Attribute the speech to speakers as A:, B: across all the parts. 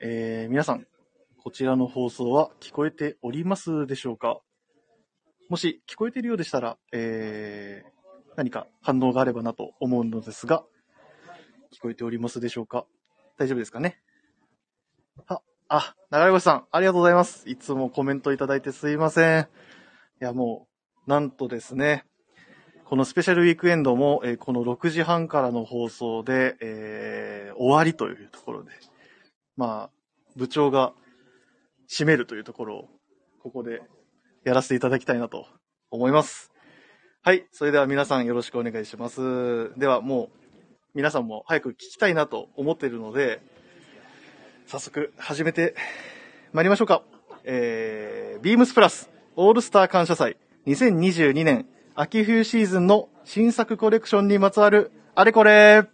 A: えー皆さん、こちらの放送は聞こえておりますでしょうかもし聞こえているようでしたら、えー何か反応があればなと思うのですが、聞こえておりますでしょうか大丈夫ですかねあ、あ、長越さん、ありがとうございます。いつもコメントいただいてすいません。いや、もう、なんとですね、このスペシャルウィークエンドも、えーこの6時半からの放送で、えー終わりというところで、まあ、部長が締めるというところを、ここでやらせていただきたいなと思います。はい。それでは皆さんよろしくお願いします。ではもう、皆さんも早く聞きたいなと思っているので、早速始めて参りましょうか。えー、ビームスプラスオールスター感謝祭2022年秋冬シーズンの新作コレクションにまつわるあれこれ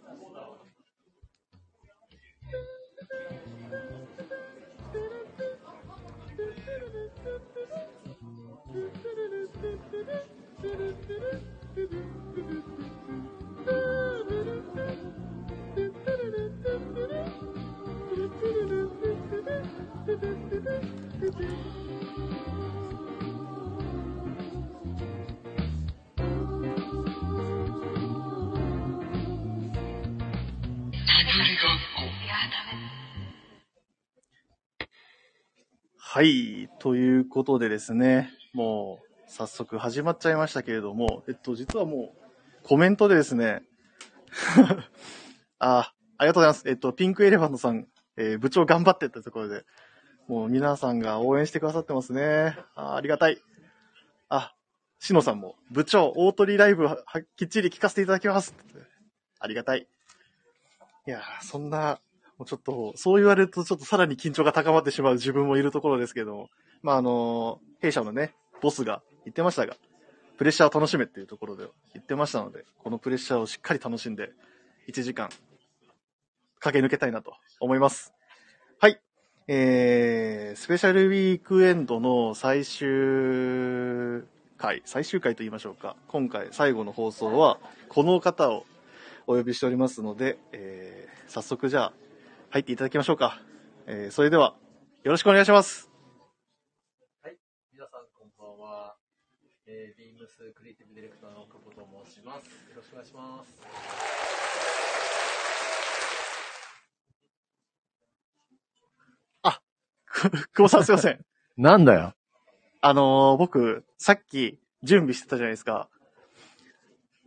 A: はい。ということでですね、もう早速始まっちゃいましたけれども、えっと、実はもうコメントでですね、 あ、ありがとうございます。えっと、ピンクエレファントさん、えー部長頑張ってってところで、もう皆さんが応援してくださってますね。あありがたい。あ、しのさんも、部長、大鳥ライブははきっちり聞かせていただきます。ありがたい。いやー、そんなもうちょっと、そう言われるとちょっとさらに緊張が高まってしまう自分もいるところですけども、まあ、あの、弊社のね、ボスが言ってましたが、プレッシャーを楽しめっていうところで言ってましたので、このプレッシャーをしっかり楽しんで、1時間、駆け抜けたいなと思います。はい。えー、スペシャルウィークエンドの最終回、最終回と言いましょうか。今回最後の放送は、この方をお呼びしておりますので、えー、早速じゃあ、入っていただきましょうか。えーそれでは、よろしくお願いします。
B: 皆さんこんばんは。えー、ビームスクリエイティブディレクターの久保と申します。よろしくお願いします。
A: く久保さんすいません。
C: なんだよ。
A: あのー僕、さっき準備してたじゃないですか。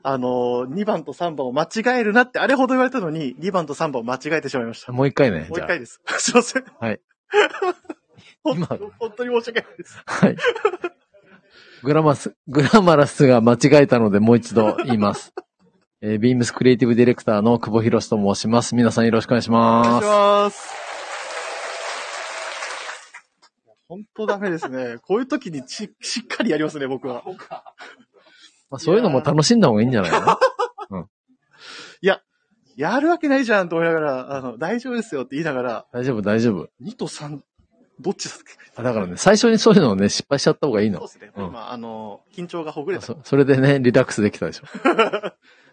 A: あのー、2番と3番を間違えるなって、あれほど言われたのに、2番と3番を間違えてしまいました。も
C: もう一回ね。
A: う
C: じ
A: 一
C: ゃあ
A: 回です。 すいません。
C: はい。
A: 本
C: 今
A: 当本当に申し訳ないです。
C: はい。グラマス、グラマラスが間違えたのでもう 一度言います。えー、ビームスクリエイティブディレクターの久保博士と申します。皆さんよろしくお願いし
A: お願い
C: ま
A: し
C: す。
A: ます。本当ダメです ね。こういう時にちしっかりやりますね、僕は。
C: まあ、そういうのも楽しんだ方がいいんじゃないの
A: やるわけないじゃんと思いながら、あの、大丈夫ですよって言いながら、
C: 大丈夫、大丈夫。
A: 2と3、どっちだっけ
C: あだからね、最初にそういうのをね、失敗しちゃった方がいい
A: そう
C: の
A: で。すね。
C: うん
A: 今、あの、緊張がほぐれた。い
C: そそれでね、リラックスできたでしょ。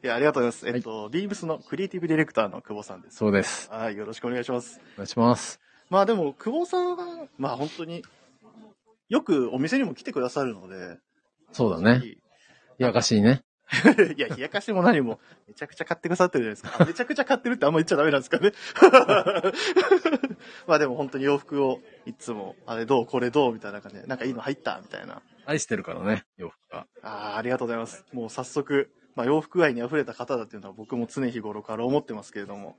A: や、ありがとうございます。えっと、ビームスのクリエイティブディレクターの久保さんです。
C: そうです。
A: はい、よろしくお願いします。
C: お願いします。
A: まあでも、久保さんは、まあ本当に、よくお店にも来てくださるので、
C: そう だね。やかしいね。
A: いや、冷やかしも何も、めちゃくちゃ買ってくださってるじゃないですか。あめちゃくちゃ買ってるってあんま言っちゃダメなんですかね。 まあでも本当に洋服を、いつも、あれどうこれどうみたいな感じで、なんかいいの入ったみたいな。
C: 愛してるからね、洋服が。
A: ああ、ありがとうございます。もう早速、まあ、洋服愛に溢れた方だっていうのは僕も常日頃から思ってますけれども。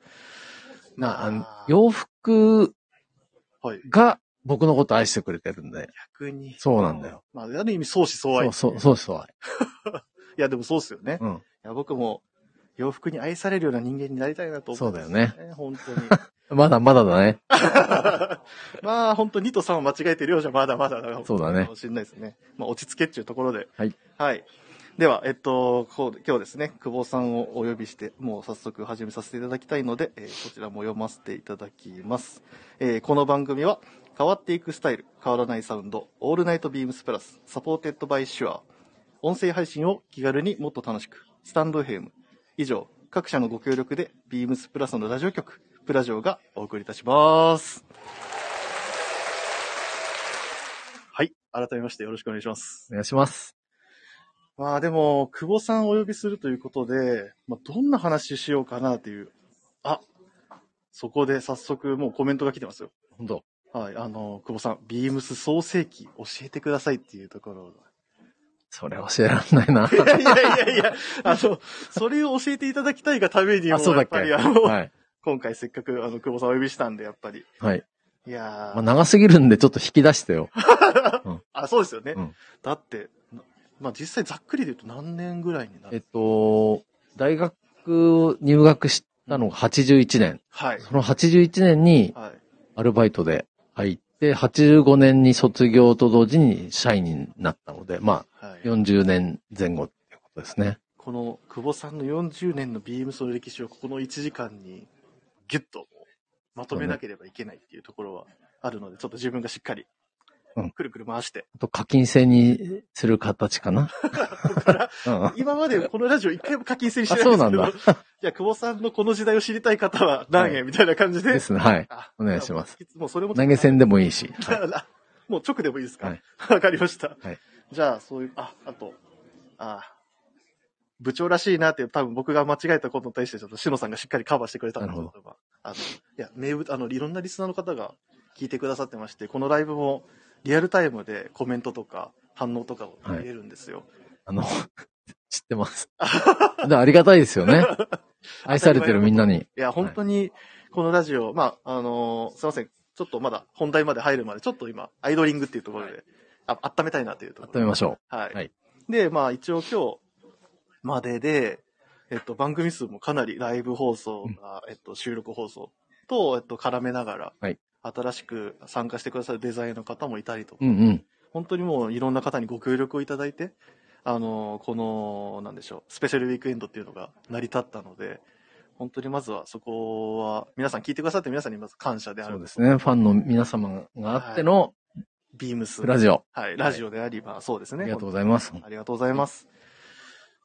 C: なあの
A: あ、ー
C: 洋服
A: はい。
C: が僕のこと愛してくれてるんで。
A: 逆に。
C: そうなんだよ。
A: まあ、ある意味相思相愛。
C: そうそう、そうそう。
A: いや、でもそうっすよね。
C: う
A: い
C: ん。
A: や、僕も洋服に愛されるような人間になりたいなと思ってます、
C: そうだよ
A: ね。本当
C: まだまだだね。
A: に。 まあ、本当2と3を間違えてるようじゃまだまだな
C: そうだね
A: かもしれないですね。まあ、落ち着けっていうところで。
C: はい。
A: はい。では、えっと、こう今日ですね、久保さんをお呼びして、もう早速始めさせていただきたいので、えーこちらも読ませていただきます。えーこの番組は、変わっていくスタイル、変わらないサウンド、オールナイトビームスプラス、サポーテッドバイシュア、音声配信を気軽にもっと楽しく、スタンドヘム、以上、各社のご協力で、ビームスプラスのラジオ局、プラジオがお送りいたします。改めましてよろしくお願いします。
C: お願いします。
A: まあでも、久保さんお呼びするということで、まあ、どんな話しようかなという。あ、そこで早速もうコメントが来てますよ。
C: 本当
A: はい、あの、久保さん、ビームス創世記教えてくださいっていうところ。
C: それ教えられないな。
A: いやいやいやいや、あの、それを教えていただきたいがためにも、
C: あ、そうだ
A: や
C: っ
A: っ
C: け
A: ぱりあの、
C: はい。
A: 今回せっかくあの、久保さんお呼びしたんで、やっぱり。
C: はい。
A: いや
C: ま
A: ー、
C: あ、長すぎるんでちょっと引き出し てよ。
A: あ、そうですよね。
C: うん
A: だって、なまあ実際ざっくりで言うと何年ぐらいにな
C: えっ
A: る
C: と、大学入学したのが81年。
A: はい。
C: その81年に
A: はい。
C: アルバイトで入って、85年に卒業と同時に社員になったので、ま
A: は
C: あ、
A: い、
C: 40年前後っていうことですね。
A: この久保さんの40年のビームスの歴史をここの1時間にギュッとまとめなければいけないっていうところはあるので、ちょっと自分がしっかり
C: うん
A: くるくる回して、
C: あと課金制にする形か な。うん
A: 今まで このラジオ一回も課金制にしてない
C: あ
A: ん
C: そ
A: で
C: う
A: す
C: な
A: け
C: ん
A: ど、
C: だ
A: いや、久保さんのこの時代を知りたい方は何円みたいな感じで、
C: ですね。はい。
A: あ
C: お願いします。
A: いつもそれも
C: 投げ銭でもいいし。
A: だからもう直でもいいですか
C: は
A: わ、
C: い
A: かりました。
C: はい
A: じゃあ、そういう、あ、あと、あ部長らしいなっていう、多分僕が間違えたことに対して、ちょっと篠さんがしっかりカバーしてくれたんです
C: なる
A: けど、あの、いや、名物、あの、いろんなリスナーの方が聞いてくださってまして、このライブもリアルタイムでコメントとか反応とかを見れるんですよ。
C: あの、 知っ てます。でありがたいですよね。愛されてるみんなに。
A: いや、本当に、このラジオ、まあ、あのーすいません。ちょっとまだ本題まで入るまで、ちょっと今、アイドリングっていうところで、あ温めたいなというところで
C: 温めましょ
A: はい。
C: はい
A: で、まあ一応今日までで、えっと、番組数もかなりライブ放送が、えっと、収録放送と、えっと、絡めながら、
C: はい
A: 新しく参加してくださるデザインの方もいたりとか、
C: う。うんうん。
A: 本当にもういろんな方にご協力をいただいて、あの、この、なんでしょう、スペシャルウィークエンドっていうのが 成り立ったので、本当にまずはそこは、皆さん聞いてくださって皆さんにまず感謝であ
C: そ
A: る
C: うんですね。ファンの皆様があっての
A: ビームス。
C: ラジオ。
A: はい、ラジオであり、まあそうですね。
C: ありがとうございます。
A: ありがとうございます。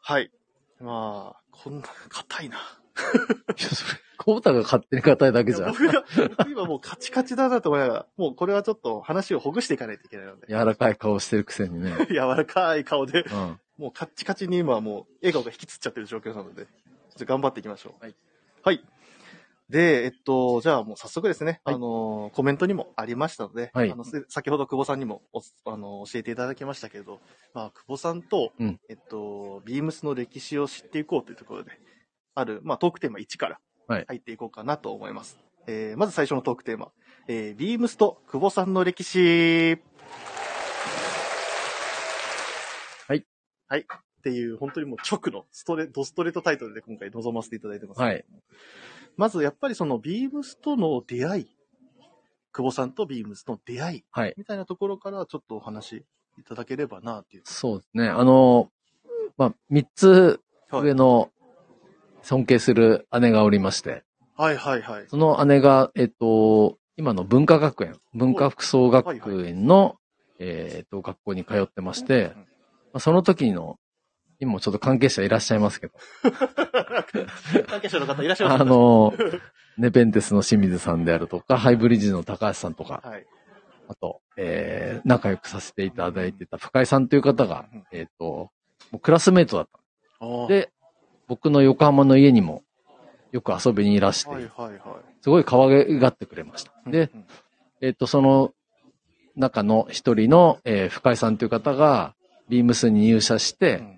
A: はい。まあ、こんな、硬いな。
C: コブタが勝手に硬いだけじ
A: い
C: ゃ
A: や
C: ん。
A: 僕が、僕今もうカチカチだなと思いながら、もうこれはちょっと話をほぐしていかないといけないので。
C: 柔らかい顔してるくせにね。
A: 柔らかい顔で、
C: うん。
A: もうカッチカチに今はもう笑顔が引きつっちゃってる状況なので、ちょっと頑張っていきましょう。
C: はい。
A: はい。で、えっと、じゃあもう早速ですね、
C: はい
A: あのー、コメントにもありましたので、
C: はい
A: あのせ先ほど久保さんにもおあのー教えていただきましたけど、まあ、久保さんと、
C: うん
A: えっと、ビームスの歴史を知っていこうというところで、ある、まあ、トークテーマ1から
C: はい
A: 入っていこうかなと思います。えーまず最初のトークテーマ、えービームスと久保さんの歴史。
C: はい。
A: はい。っていう、本当にもう直のストレ、ドストレートタイトルで今回臨ませていただいてます。
C: はい。
A: まずやっぱりそのビームスとの出会い、久保さんとビームスの出会い、
C: はい
A: みたいなところからちょっとお話しいただければなっていう。
C: そうですね。あの、まあ、三つ
A: はい
C: 上の尊敬する姉がおりまして、
A: はいはいはい。
C: その姉が、えっと、今の文化学園、文化服装学園の、えっと、学校に通ってまして、まあその時の、今もちょっと関係者いらっしゃ いますけど、
A: 関係者の方いらっしゃいま
C: あ
A: すか
C: の、ネペンテスの清水さんであるとか、ハイブリッジの高橋さんとか、
A: はい。
C: あと、えー、仲良くさせていただいてた深井さんという方が
A: うん、
C: えっ、と、もうクラスメイトだった
A: あー
C: んで、僕の横浜の家にもよく遊びにいらして、
A: はいはいは
C: すごい可愛がってくれました。
A: い。
C: で、
A: うんうん
C: えっ、と、その中の一人の、えー深井さんという方が、ビームスに入社して、
A: うん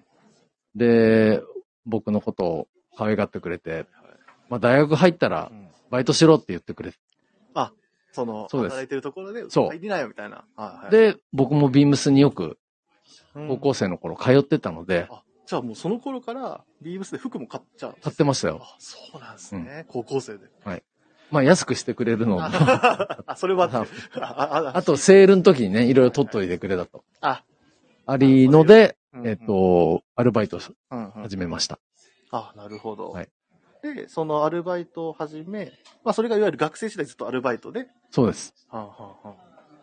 C: で、僕のことを可愛がってくれて、まあ、大学入ったら
A: う、ん
C: バイトしろって言ってくれて、
A: その、
C: そうです
A: 働いてるところで、
C: そう
A: 入りなよみたいな。はいはい、
C: で、僕もビームスによく
A: うん
C: 高校生の頃通ってたので、
A: あ、じゃあもうその頃から、ビームスで服も買っちゃう。
C: 買ってましたよ。
A: あ、そうなんですね。高校生で。
C: まあ安くしてくれるのも、あ
A: あ、それは あって、あ、あ、あ、
C: とセールの時にね、いろいろ取っといてくれたと。
A: あ、
C: ありので、
A: うん
C: えっ、、と、アルバイトを
A: うんうん
C: 始めました。
A: あ、なるほど。
C: はい
A: で、そのアルバイトを始め、まあ、それがいわゆる学生時代ずっとアルバイトで、
C: そうです。
A: はんはんはん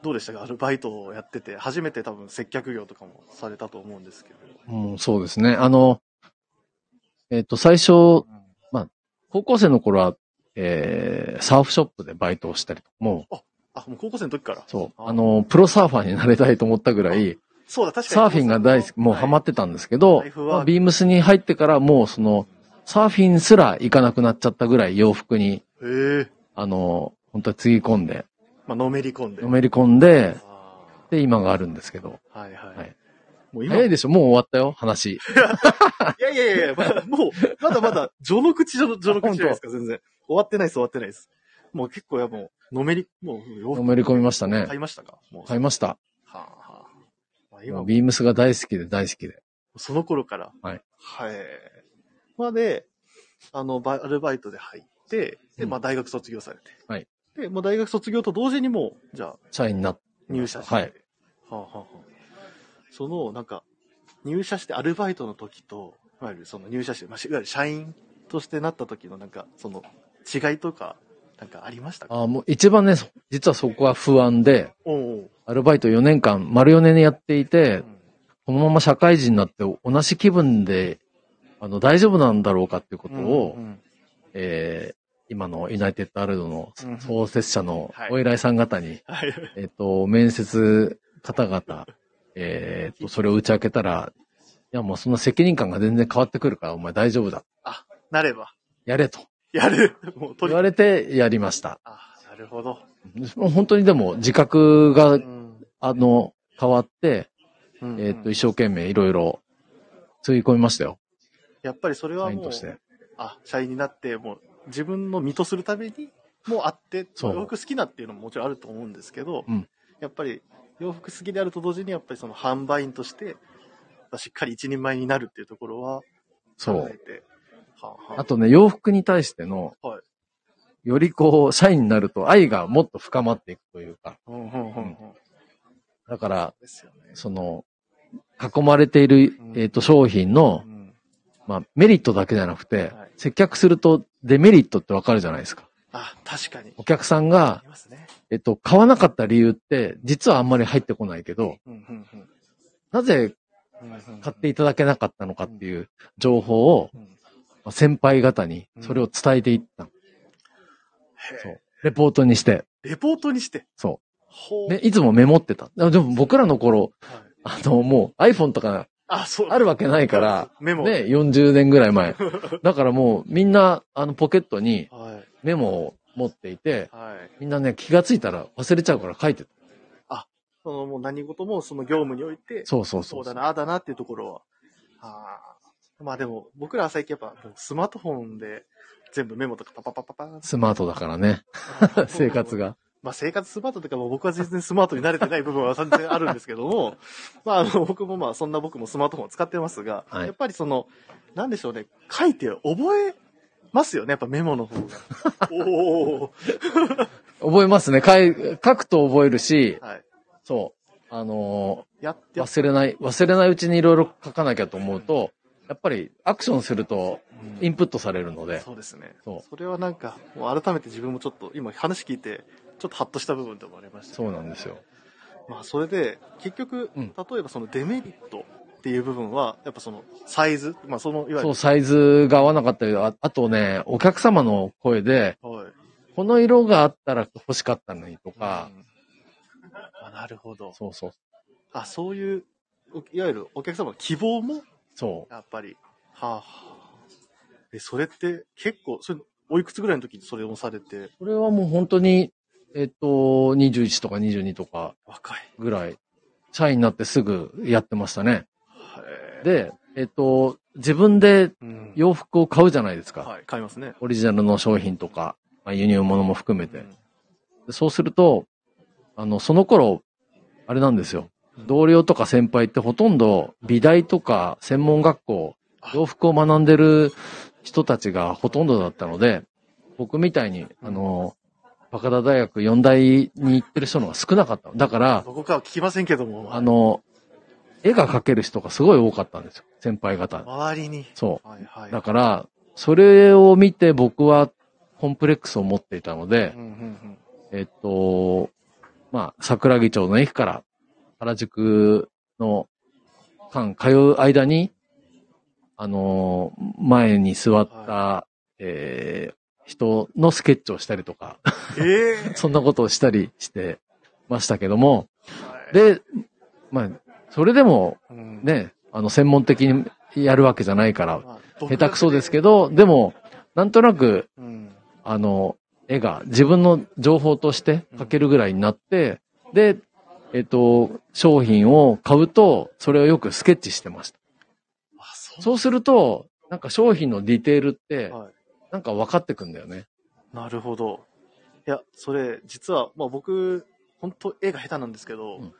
A: どうでしたかアルバイトをやってて、初めて多分接客業とかもされたと思うんですけど。
C: うん、そうですね。あの、えっ、と、最初、
A: うん
C: 高校生の頃は、えー、サーフショップでバイトをしたりとか、も
A: あ、もう高校生の時から。
C: そう。
A: あー
C: あの、プロサーファーになりたいと思ったぐらい、
A: そうだ、確かに。
C: サーフィンが大好き、もうハマってたんですけど
A: ライ、フワーク
C: まあビームスに入ってからもうその、サーフィンすら行かなくなっちゃったぐらい洋服に、
A: へえ。
C: あの、本当はつぎ込んで、
A: まあ、のめり込んで。
C: のめり込んで、
A: あ
C: で、今があるんですけど。
A: ーはいはい。
C: はい
A: もう今、
C: 早いでしょもう終わったよ、話。
A: いやいやいや、まだもう、まだまだ、序の口序の、序の口じゃないですか、全然。終わってないです、終わってないです。もう結構、やもう、のめり、もう、洋
C: の
A: 服
C: めり込みましたね
A: 買。いましたかもう、
C: 買いました。
A: はあはあ。まあ、今
C: 今
A: も、
C: ビームスが大好きで大好きで。
A: その頃から。
C: はい。
A: はい。まで、あの、バアルバイトで入って、で、
C: うん
A: まあ、大学卒業されて。
C: はい。
A: で、もう大学卒業と同時にもう、じゃあ、
C: 社員になって。
A: 入社して。
C: はい。
A: はあ、はあはあ、その、なんか、入社してアルバイトの時と、いわゆるその入社して、まあ、しいわゆる社員としてなった時の、なんか、その、違いとか、なんかありましたか
C: あーもう一番ね、そ実はそこは不安で、
A: おう
C: アルバイト4年間、丸4年やってい
A: おう
C: て
A: う、ん
C: このまま社会人になって同じ気分で、あの、大丈夫なんだろうかっていうことを、
A: うん うん
C: えー今のユナイテッドアルドの
A: うん
C: 創設者の
A: はい
C: お偉いさん方に、
A: はい。
C: えっ、と、面接方々、えっ、と、それを打ち明けたら、いや、もうその責任感が全然変わってくるから、お前大丈夫だ。
A: なれば、
C: やれと
A: やる。もう、と
C: 言
A: り
C: われてやりました。
A: あ、なるほど。
C: もう本当にでも自覚
A: う
C: が、
A: ん。
C: あの、変わって、
A: うん
C: えっ、と、
A: うん
C: 一生懸命いろいろ、つぎ込みましたよ。
A: やっぱりそれは
C: 社員
A: もう
C: と、して。
A: あ、社員になって、もう、自分の身とするために、もうあって、
C: そう
A: 洋服好きなっていうのももちろんあると思うんですけど、
C: うん
A: やっぱり、洋服好きであると同時に、やっぱりその販売員として、しっかり一人前になるっていうところは、
C: そ
A: 考え
C: う。
A: て、はあはあ
C: あとね、洋服に対しての、
A: はい
C: よりこう、社員になると愛がもっと深まっていくというか、
A: うんうんうんうん
C: だから、
A: ですよね。
C: その、囲まれている
A: う、ん
C: えっ、と、商品の
A: う、ん
C: まあ、メリットだけじゃなくて、
A: はい
C: 接客するとデメリットってわかるじゃないですか。
A: あ、確かに。
C: お客さん
A: あ
C: が
A: り、ますね。
C: えっ、と、買わなかった理由って、実はあんまり入ってこないけど、
A: うんうんうん
C: なぜ
A: うんうんうん
C: 買っていただけなかったのかっていう情報を、
A: うん
C: まあ先輩方にそれを伝えていったの、
A: へえ
C: そう。レポートにして、
A: レポートにして。
C: そ
A: ほ
C: う。
A: う。
C: ね、いつもメモってた。でもでも僕らの頃、
A: はい
C: あの、もう iPhone とか
A: あ、そう。
C: あるわけないから、
A: メモ。
C: ね、40年ぐらい前。 だからもうみんな、あの、ポケットに
A: はい。
C: メモを持っていて、
A: はい。
C: みんなね、気がついたら忘れちゃうから書いてた。
A: そのもう何事もその業務において、
C: そうそうそ
A: そううだな、ああだなっていうところは。ああ。まあでも、僕らは最近やっぱもうスマートフォンで全部メモとかパパパパパーン
C: スマートだから ね、 生活。が。
A: まあ生活スマートというか、まあ僕は全然スマートに慣れてない部分は全然あるんですけども、 まああの僕もまあそんな僕もスマートフォンを使ってますが、
C: はい
A: やっぱりその、なんでしょうね、書いて覚えますよね、やっぱメモの方 が。おお
C: 覚えますね。かい書くと覚えるし、
A: はい。
C: そう。あのー
A: やって、
C: 忘れない、忘れないうちにいろいろ書かなきゃと思うと、やっぱりアクションすると
A: うん
C: インプットされるので、
A: そうですね。
C: そ
A: そうれはなんか、もう改めて自分もちょっと、今話聞いて、ちょっとハッとした部分でもありました。
C: そうなんですよ。
A: まあ、それで、結局、
C: うん
A: 例えばそのデメリットっていう部分は、やっぱそのサイズ、まあその、いわ
C: そ
A: ゆ
C: う、サイズが合わなかったり、ああとね、お客様の声で、
A: る、はい。
C: この色があったら欲しかったのにとか
A: う、んあなるほど。
C: そうそう、
A: あ、そういう、おいわゆるお客様の希望も、
C: そう。
A: やっぱり、はあ、はあ。え、それって結構、それ、おいくつぐらいの時にそれをされて、
C: これはもう本当に、えっと、21とか22とか
A: 若い。
C: ぐらい、社員になってすぐやってましたね。
A: はい、
C: で、えっと、自分で
A: うん、
C: 洋服を買うじゃないですか。
A: はい、買いますね。
C: オリジナルの商品とか、まあ、輸入物も含めて。
A: うん
C: でそうすると、あの、その頃、あれなんですよ。同僚とか先輩ってほとんど美大とか専門学校、洋服を学んでる人たちがほとんどだったので、僕みたいに、あの、バカダ大学4大に行ってる人の方が少なかった。だから、
A: どこかは聞きませんけども、
C: あの、絵が描ける人がすごい多かったんですよ。先輩方。
A: 周りに。
C: そ
A: はいは
C: う。
A: い。
C: だから、それを見て僕はコンプレックスを持っていたので、
A: うんうん
C: えっと、まあ、桜木町の駅から原宿の間通う間に、あのー前に座った、えー人のスケッチをしたりとか、
A: ええ
C: そんなことをしたりしてましたけども、
A: はい、
C: で、まあ、それでも
A: うん、
C: ね、あの、専門的にやるわけじゃないから、
A: まあ、
C: 下手くそですけ
A: ど、
C: ど、でも、なんとなく
A: うん、
C: あの、絵が自分の情報として書けるぐらいになって、で、えっと、商品を買うと、それをよくスケッチしてました。
A: あそう
C: そうすると、なんか商品のディテールって
A: はい、
C: なんか分かってくんだよね。
A: なるほど。いや、それ、実は、まあ僕、本当絵が下手なんですけど、
C: うん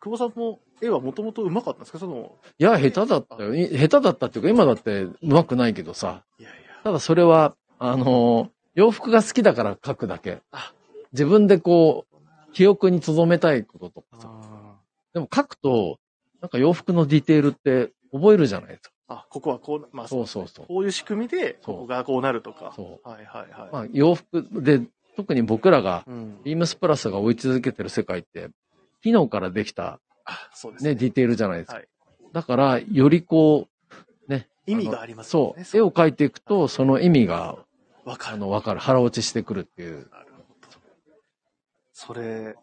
A: 久保さんも絵はもともと上手かったんですかその、
C: いや、下手だったよ。い下手だったっていうか、今だって上手くないけどさ。
A: いやいや、
C: ただそれは、あの、洋服が好きだから書くだけ
A: あ。
C: 自分でこう、記憶に留めたいこととかさ。
A: あ
C: でも書くと、なんか洋服のディテールって覚えるじゃないですか。
A: ーあ、ここはこう、まあ、
C: そうそうそう。
A: こういう仕組みで、
C: そう
A: ここがこうなるとか。
C: そ
A: はいはいはい。
C: まあ、洋服で、特に僕らが、
A: うん。
C: ビームスプラスが追い続けてる世界って、機能からできた、
A: あ、そうですね。
C: ね、ディテールじゃないですか。
A: はい
C: だから、よりこう、
A: 意味があります
C: そ
A: よ
C: う
A: ね。。
C: 絵を描いていくと、その意味が、
A: わか
C: あ
A: る。
C: の、わかる。腹落ちしてくるっていう。
A: なるほど。それ、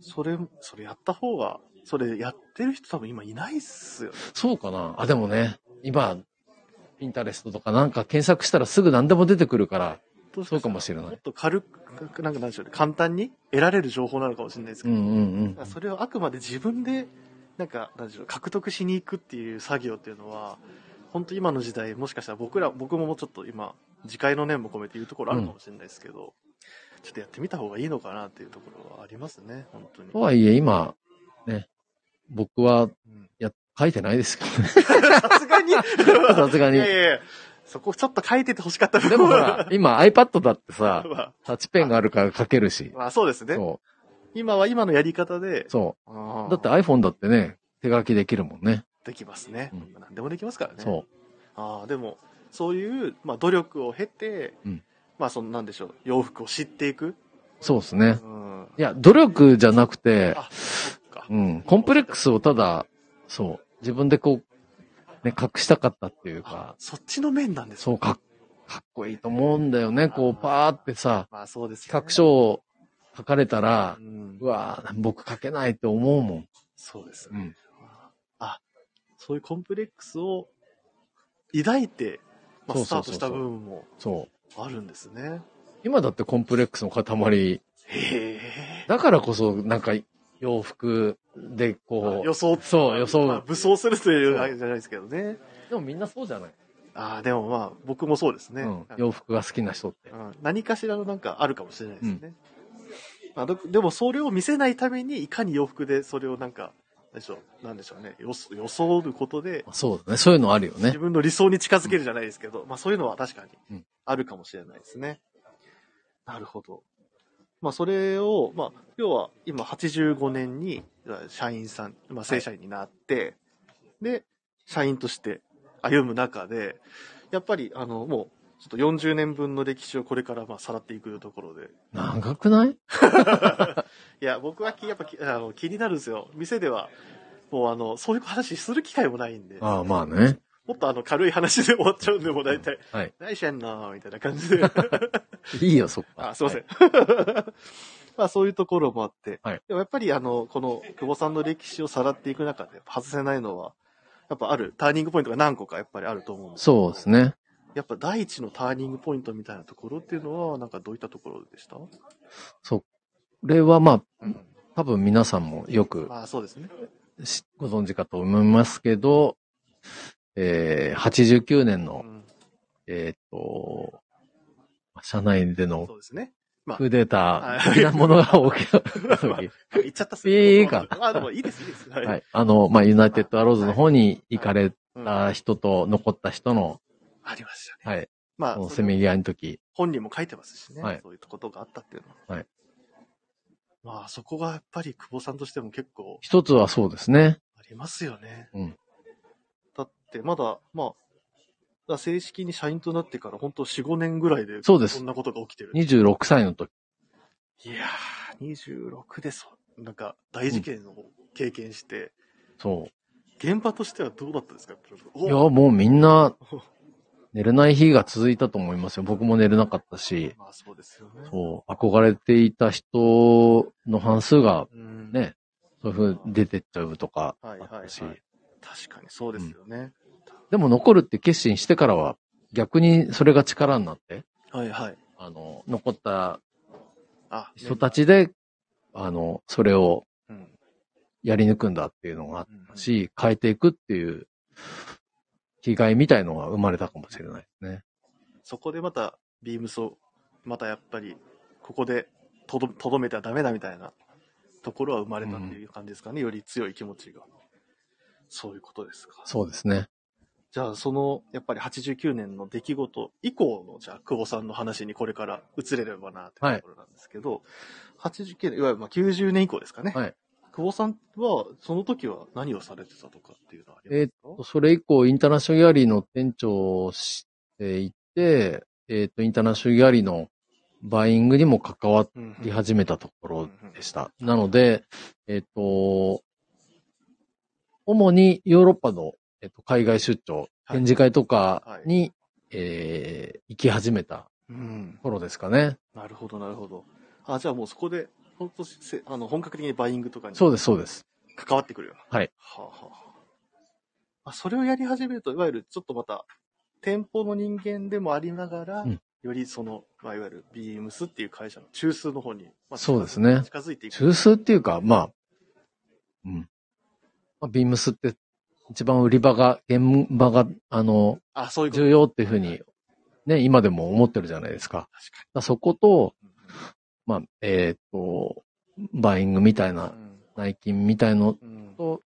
A: それ、それやった方が、それやってる人多分今いないっすよね。
C: そうかなあ、でもね、今、ピンタレストとかなんか検索したらすぐ何でも出てくるから、そうかもしれな
A: もっ
C: い。
A: と軽く、なんかなんでしょうね、簡単に得られる情報なのかもしれないです
C: う
A: けど、
C: んうん
A: だからそれをあくまで自分で、なんか、なんでしょう、獲得しに行くっていう作業っていうのは、本当今の時代、もしかしたら僕ら、僕ももうちょっと今、自戒の念も込めて言うところあるかもしれないですけど、ちょっとやってみた方がいいのかなっていうところはありますね、本当に。
C: うん。とはいえ、今、ね、僕は
A: うん
C: や、書いてないですけどね。
A: さすがに、さ
C: さすがに
A: いやいやいやそこちょっと書いてて欲しかった部
C: で
A: 分
C: も
A: は
C: ほ ら、今 iPad だってさ、
A: まあ
C: タッチペンがあるから書けるし。
A: まあそうですね。
C: そ
A: 今は今のやり方で
C: う。、そ
A: あ
C: う。
A: ー
C: だって iPhone だってね、手書きできるもんね。
A: できますね。
C: うん
A: 何でもできますからね。
C: そ
A: ああ、でも、そういう、まあ、努力を経て、
C: うん
A: まあ、その、なんでしょう、洋服を知っていく。
C: う。そうです
A: う
C: ね。
A: ん。
C: いや、努力じゃなくて、
A: あ、そっか。
C: うん。コンプレックスをただ、そう。自分でこう、ね、隠したかったっていう
A: あ
C: か、
A: そっちの面なんですね
C: そう、かっ、かっこいいと思うんだよね。こう、パーってさ、
A: まあ、そうです、ね。
C: 企画書を書かれたら
A: う、ん
C: う。わぁ、僕書けないと思うもん。
A: そうです
C: う
A: ね。
C: ん。
A: あ、そういうコンプレックスを抱いて、まあ、
C: そう
A: スタート
C: そうそうそう
A: した部分も
C: そう。
A: あるんですね。
C: 今だってコンプレックスの塊、
A: へえ。
C: だからこそ、なんか、洋服でこう、
A: 予想
C: そう予想
A: まあ武装するというあれじゃないですけどね。
C: でもみんなそうじゃない、
A: ああ、でもまあ、僕もそうですね。
C: うん、洋服が好きな人って。
A: うん何かしらのなんかあるかもしれないですね。まあ、どでも、それを見せないために、いかに洋服でそれをなんか、なんでしょう、なんでしょうね、よそ装うことで、
C: そうだね。そういうのあるよ ね
A: 自。分の理想に近づけるじゃないですけど、まあそういうのは確か
C: う
A: に
C: ん
A: あるかもしれないですね。なるほど。まあそれを、まあ、要は今85年に社員さん、まあ正社員になって、で、社員として歩む中で、やっぱりあの、もう、ちょっと40年分の歴史をこれからまあさらっていくところで。
C: 長くない
A: いや、僕はきやっぱきあの気になるんですよ。店では、もうあの、そういう話する機会もないんで、も
C: ああ、まあね。
A: っとあの軽い話で終わっちゃうんで、もう大体。
C: はい。
A: 何してんのみたいな感じ で。
C: いいよ、そっか。
A: あ、すいませ
C: は
A: ん。まあそういうところもあって。
C: はい
A: でもやっぱりあの、この久保さんの歴史をさらっていく中で外せないのは、やっぱあるターニングポイントが何個かやっぱりあると思うんですけど
C: そうですね。
A: やっぱ第一のターニングポイントみたいなところっていうのは、なんかどういったところでした、
C: そう。これはまあ、
A: うん、
C: 多分皆さんもよく
A: まあそうですね。
C: しご存知かと思いますけど、えー、89年
A: う
C: の、
A: ん、
C: えーっと、社内での
A: そうですね。まあ
C: クーデター的なものが起き た時。
A: あ言っちゃったっす
C: いいか
A: まあでもいいです、いいです。は
C: はい。あの、まあ、ユナイテッドアローズの方に行かれ
A: うん
C: た人と残った人の、
A: ありましたね。
C: はい、
A: まあ
C: その、せ
A: それ
C: めぎ合いの時。
A: 本人も書いてますしね、
C: はい
A: そういうことがあったっていうのは。
C: はい
A: まあ、そこがやっぱり久保さんとしても結構
C: 一つはそうですね。
A: ありますよね。
C: うん
A: だって、まだ、まあ、だから正式に社員となってから本当4、5年ぐらいで、
C: そうです
A: こんなことが起きてる。
C: 26歳の時。
A: いやー、26でそ、なんか大事件を経験して、
C: そ
A: 現場としてはどうだったですか
C: う。いや、
A: お
C: もうみんな、寝れない日が続いたと思いますよ。僕も寝れなかったし、
A: まあそうですよね。
C: そう、憧れていた人の半数が
A: うん。
C: ね、そういう風に出てっちゃうとかあ
A: はいはい
C: っ
A: は
C: た
A: い。
C: し、
A: 確かにそうですよね。
C: でも残るって決心してからは、逆にそれが力になって、
A: はいはい。
C: あの、残った
A: あ、
C: 人たちで、あの、それを
A: うん。
C: やり抜くんだっていうのがあっ
A: うん
C: たし、変えていくっていう、被害みたいのが生まれたかもしれないですね。
A: そこでまた、ビームスを、またやっぱり、ここでとど、とどめてはダメだみたいなところは生まれたっていう感じですかね。より強い気持ちが。そういうことですか。
C: そうですね。
A: じゃあ、その、やっぱり89年の出来事以降の、じゃあ、久保さんの話にこれから移れればな、っていうところなんですけど、89年、いわゆるまあ90年以降ですかね。
C: はい
A: 久保さんは、その時は何をされてたとかっていうのはありますか
C: それ以降、インターナショナルギャラリーの店長をしていて、えっ、と、インターナショナルギャラリーのバイングにも関わ
A: うん
C: り始めたところでした。なので、えっ、と、主にヨーロッパの、えっと海外出張、
A: はい
C: 展示会とかに、えー行き始めた
A: うん。
C: 頃ですかね。
A: なるほど、なるほど。あ、じゃあもうそこで、本当せあの本格的にバイイングとかに
C: そうです、そうです。
A: 関わってくるような。
C: はい。
A: はあ、はあ、あ。それをやり始めると、いわゆるちょっとまた、店舗の人間でもありながら、
C: うん
A: よりその、まあ、いわゆるビームスっていう会社の中枢の方に、まあ、
C: そうですね
A: 近づいていく。
C: 中枢っていうか、まあ、うん。まあ、ビームスって一番売り場が、現場が、あの、
A: あ、そういうこと。
C: 重要っていうふうに、ね、今でも思ってるじゃないですか。だか
A: 確
C: らそこと、
A: か
C: まあ、えーっと、バイングみたいな
A: に。、
C: 内勤みたいの
A: うん。
C: と、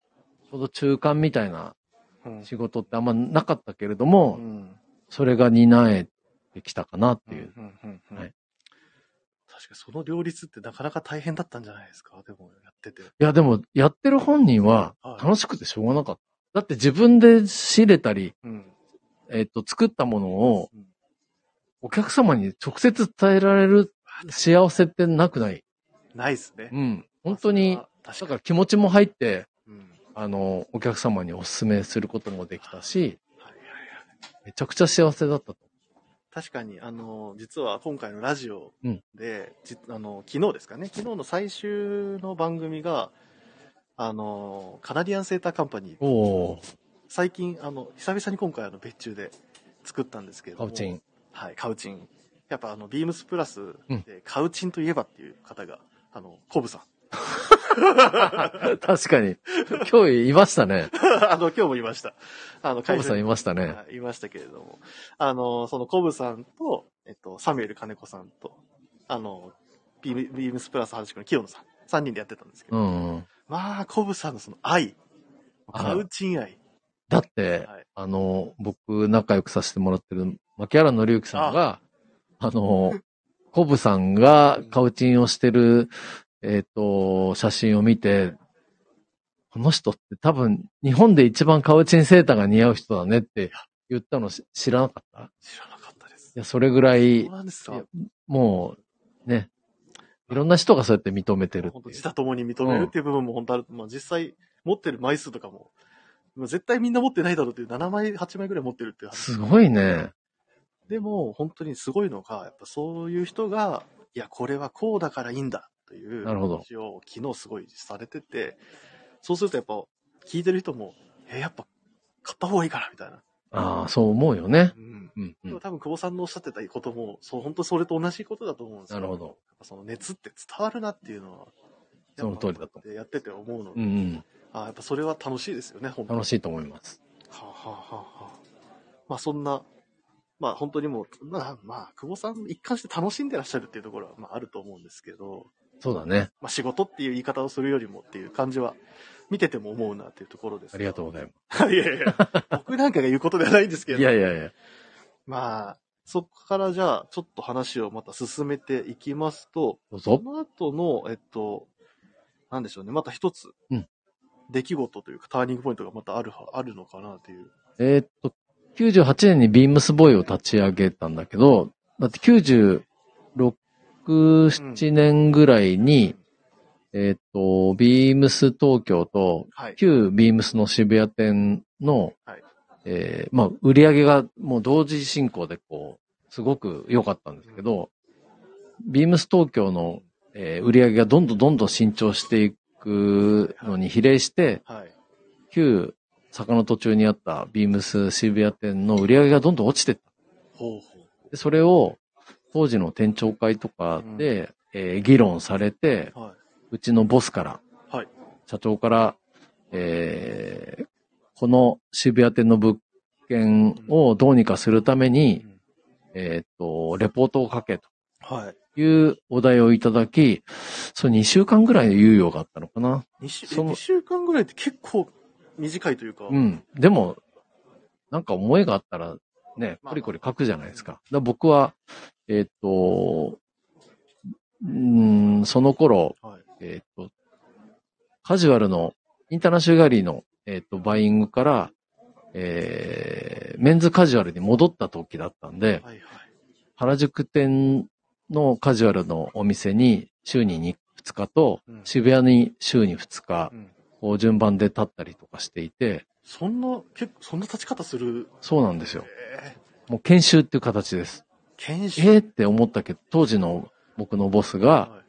C: ちょうど中間みたいな
A: うん。
C: 仕事ってあんまなかったけれど
A: う
C: も、
A: ん。
C: それが担えてきたかなっていう。
A: うんうんうんうん
C: はい
A: 確かにその両立ってなかなか大変だったんじゃないですかでもやってて。
C: いや、でも、やってる本人は
A: はい
C: 楽しくてしょうがなかった。だって自分で仕入れたり、
A: うん。
C: えっと、作ったものを
A: うん、
C: お客様に直接伝えられる幸せってなくない。
A: ないですね。
C: うん。本当に、
A: まあ、それ
C: だか
A: は
C: ら気持ちも入っ
A: 確
C: て、
A: かに。うん。
C: あの、お客様にお勧めすることもできたし、
A: はいはいはい。
C: めちゃくちゃ幸せだったと。
A: 確かに、あの、実は今回のラジオ
C: うん
A: で、じあの、昨日ですかね、昨日の最終の番組が、あの、カナディアンセーターカンパニー、
C: おー、
A: 最近、あの、久々に今回、あの、別注で作ったんですけれど
C: カ
A: も。
C: ウチン。。
A: はい、カウチン。やっぱ、あの、ビームスプラス
C: うん
A: で、カウチンといえばっていう方が、あの、コブさん。
C: 確かに。今日いましたね。
A: あの、今日もいました。あの、
C: カブさん
A: に
C: いましたね。
A: はいいましたけれども、あの、そのコブさんと、えっと、サミュエル金子さんと、あの、ビームビームスプラス阪神の清野さん、3人でやってたんですけ
C: う
A: ど、
C: んうん。
A: まあ、コブさんのその愛、
C: あ
A: カウチン愛。
C: だって、
A: はい
C: あの、僕仲良くさせてもらってる、牧原の之さんが、あの、コブさんがカウチンをしてる、えっ、と、写真を見て、この人って多分日本で一番カウチンセーターが似合う人だねって言ったのし知らなかったい
A: 知らなかったです。
C: や、それぐら
A: そ、
C: いう
A: なんです
C: いや
A: か。
C: もう、ね、いろんな人がそうやって認めてる
A: 本
C: っ
A: 当
C: てい
A: 自
C: う。
A: 他共に認めるっていう部分も本当ある。まあ、実際、持ってる枚数とかも、もう絶対みんな持ってないだろうっていう7枚、8枚ぐらい持ってるっていう話
C: すごいね。
A: でも、本当にすごいのが、やっぱそういう人が、いや、これはこうだからいいんだという
C: なるほど
A: 話を昨日すごいされてて、そうするとやっぱ聞いてる人も、え、やっぱ買った方がいいからみたいな。
C: ああ、そう思うよね。
A: うん。
C: うん、う
A: でも
C: ん。
A: 多分久保さんのおっしゃってたことも、そう本当それと同じことだと思うんですよ。
C: なるほど。
A: やっぱその熱って伝わるなっていうのは、
C: その通りだ
A: や
C: と
A: っぱやってて思うの
C: う
A: で、
C: んうん。
A: あやっぱそれは楽しいですよね、本当に
C: 楽しいと思います。
A: はあ、はあはあはあ、まあそんな、まあ本当にもう、まあ、まあ、久保さん一貫して楽しんでらっしゃるっていうところは、まああると思うんですけど、
C: そうだね。
A: まあ仕事っていう言い方をするよりもっていう感じは、見てても思うなっていうところです。
C: ありがとう
A: う
C: ござい ま
A: いや いや、僕なんかが言うことではないんですけ
C: す。
A: ど、
C: いやいやいや。
A: まあ、そこからじゃあ、ちょっと話をまた進めていきますと、
C: どう
A: そ
C: ぞ。
A: の後の、えっと、なんでしょうね、また一つ、
C: うん
A: 出来事というか、ターニングポイントがまたあるは、あるのかなという。
C: えーっと、98年にビームスボーイを立ち上げたんだけど、だって96、7年ぐらいに、えーっと、ビームス東京と、
A: はい。
C: 旧ビームスの渋谷店の、
A: はい
C: えーまあ、売り上げがもう同時進行でこう、すごく良かったんですけど、ビームス東京の、えー売り上げがどんどんどんどん伸長していくのに比例して、
A: はい。
C: 旧坂の途中にあったビームス渋谷店の売り上げがどんどん落ちてった。
A: ほうほ
C: でそれを当時の店長会とかで、えー議論されて、
A: う。は
C: うちのボスから、
A: はい
C: 社長から、えーこの渋谷店の物件をどうにかするため
A: い。う
C: に、
A: ん
C: えーっと、レポートを書けと
A: はい。
C: いうお題をいただき、それ2週間ぐらいの猶予があったのかな。
A: 2週
C: そ
A: え
C: の
A: 二週間ぐらいって結構短いというか、
C: うん。でも、なんか思いがあったら、ね、
A: まあ
C: コリコリ書くじゃないですか。だから僕は、えーっと、うーん、その頃、
A: はい。
C: えっ、と、カジュアルの、インターナショナルの、えっ、と、バイングから、えーメンズカジュアルに戻った時だったんで、
A: はいはい。
C: 原宿店のカジュアルのお店に週に 2, 日と
A: う、ん
C: 渋谷に週に2日
A: う、ん、
C: こう順番で立ったりとかしていて、
A: そんな、結構、そんな立ち方する。
C: そうなんですよ。
A: え
C: もう研修っていう形です。
A: ー、研修。
C: えーって思ったけど、当時の僕のボスが、
A: は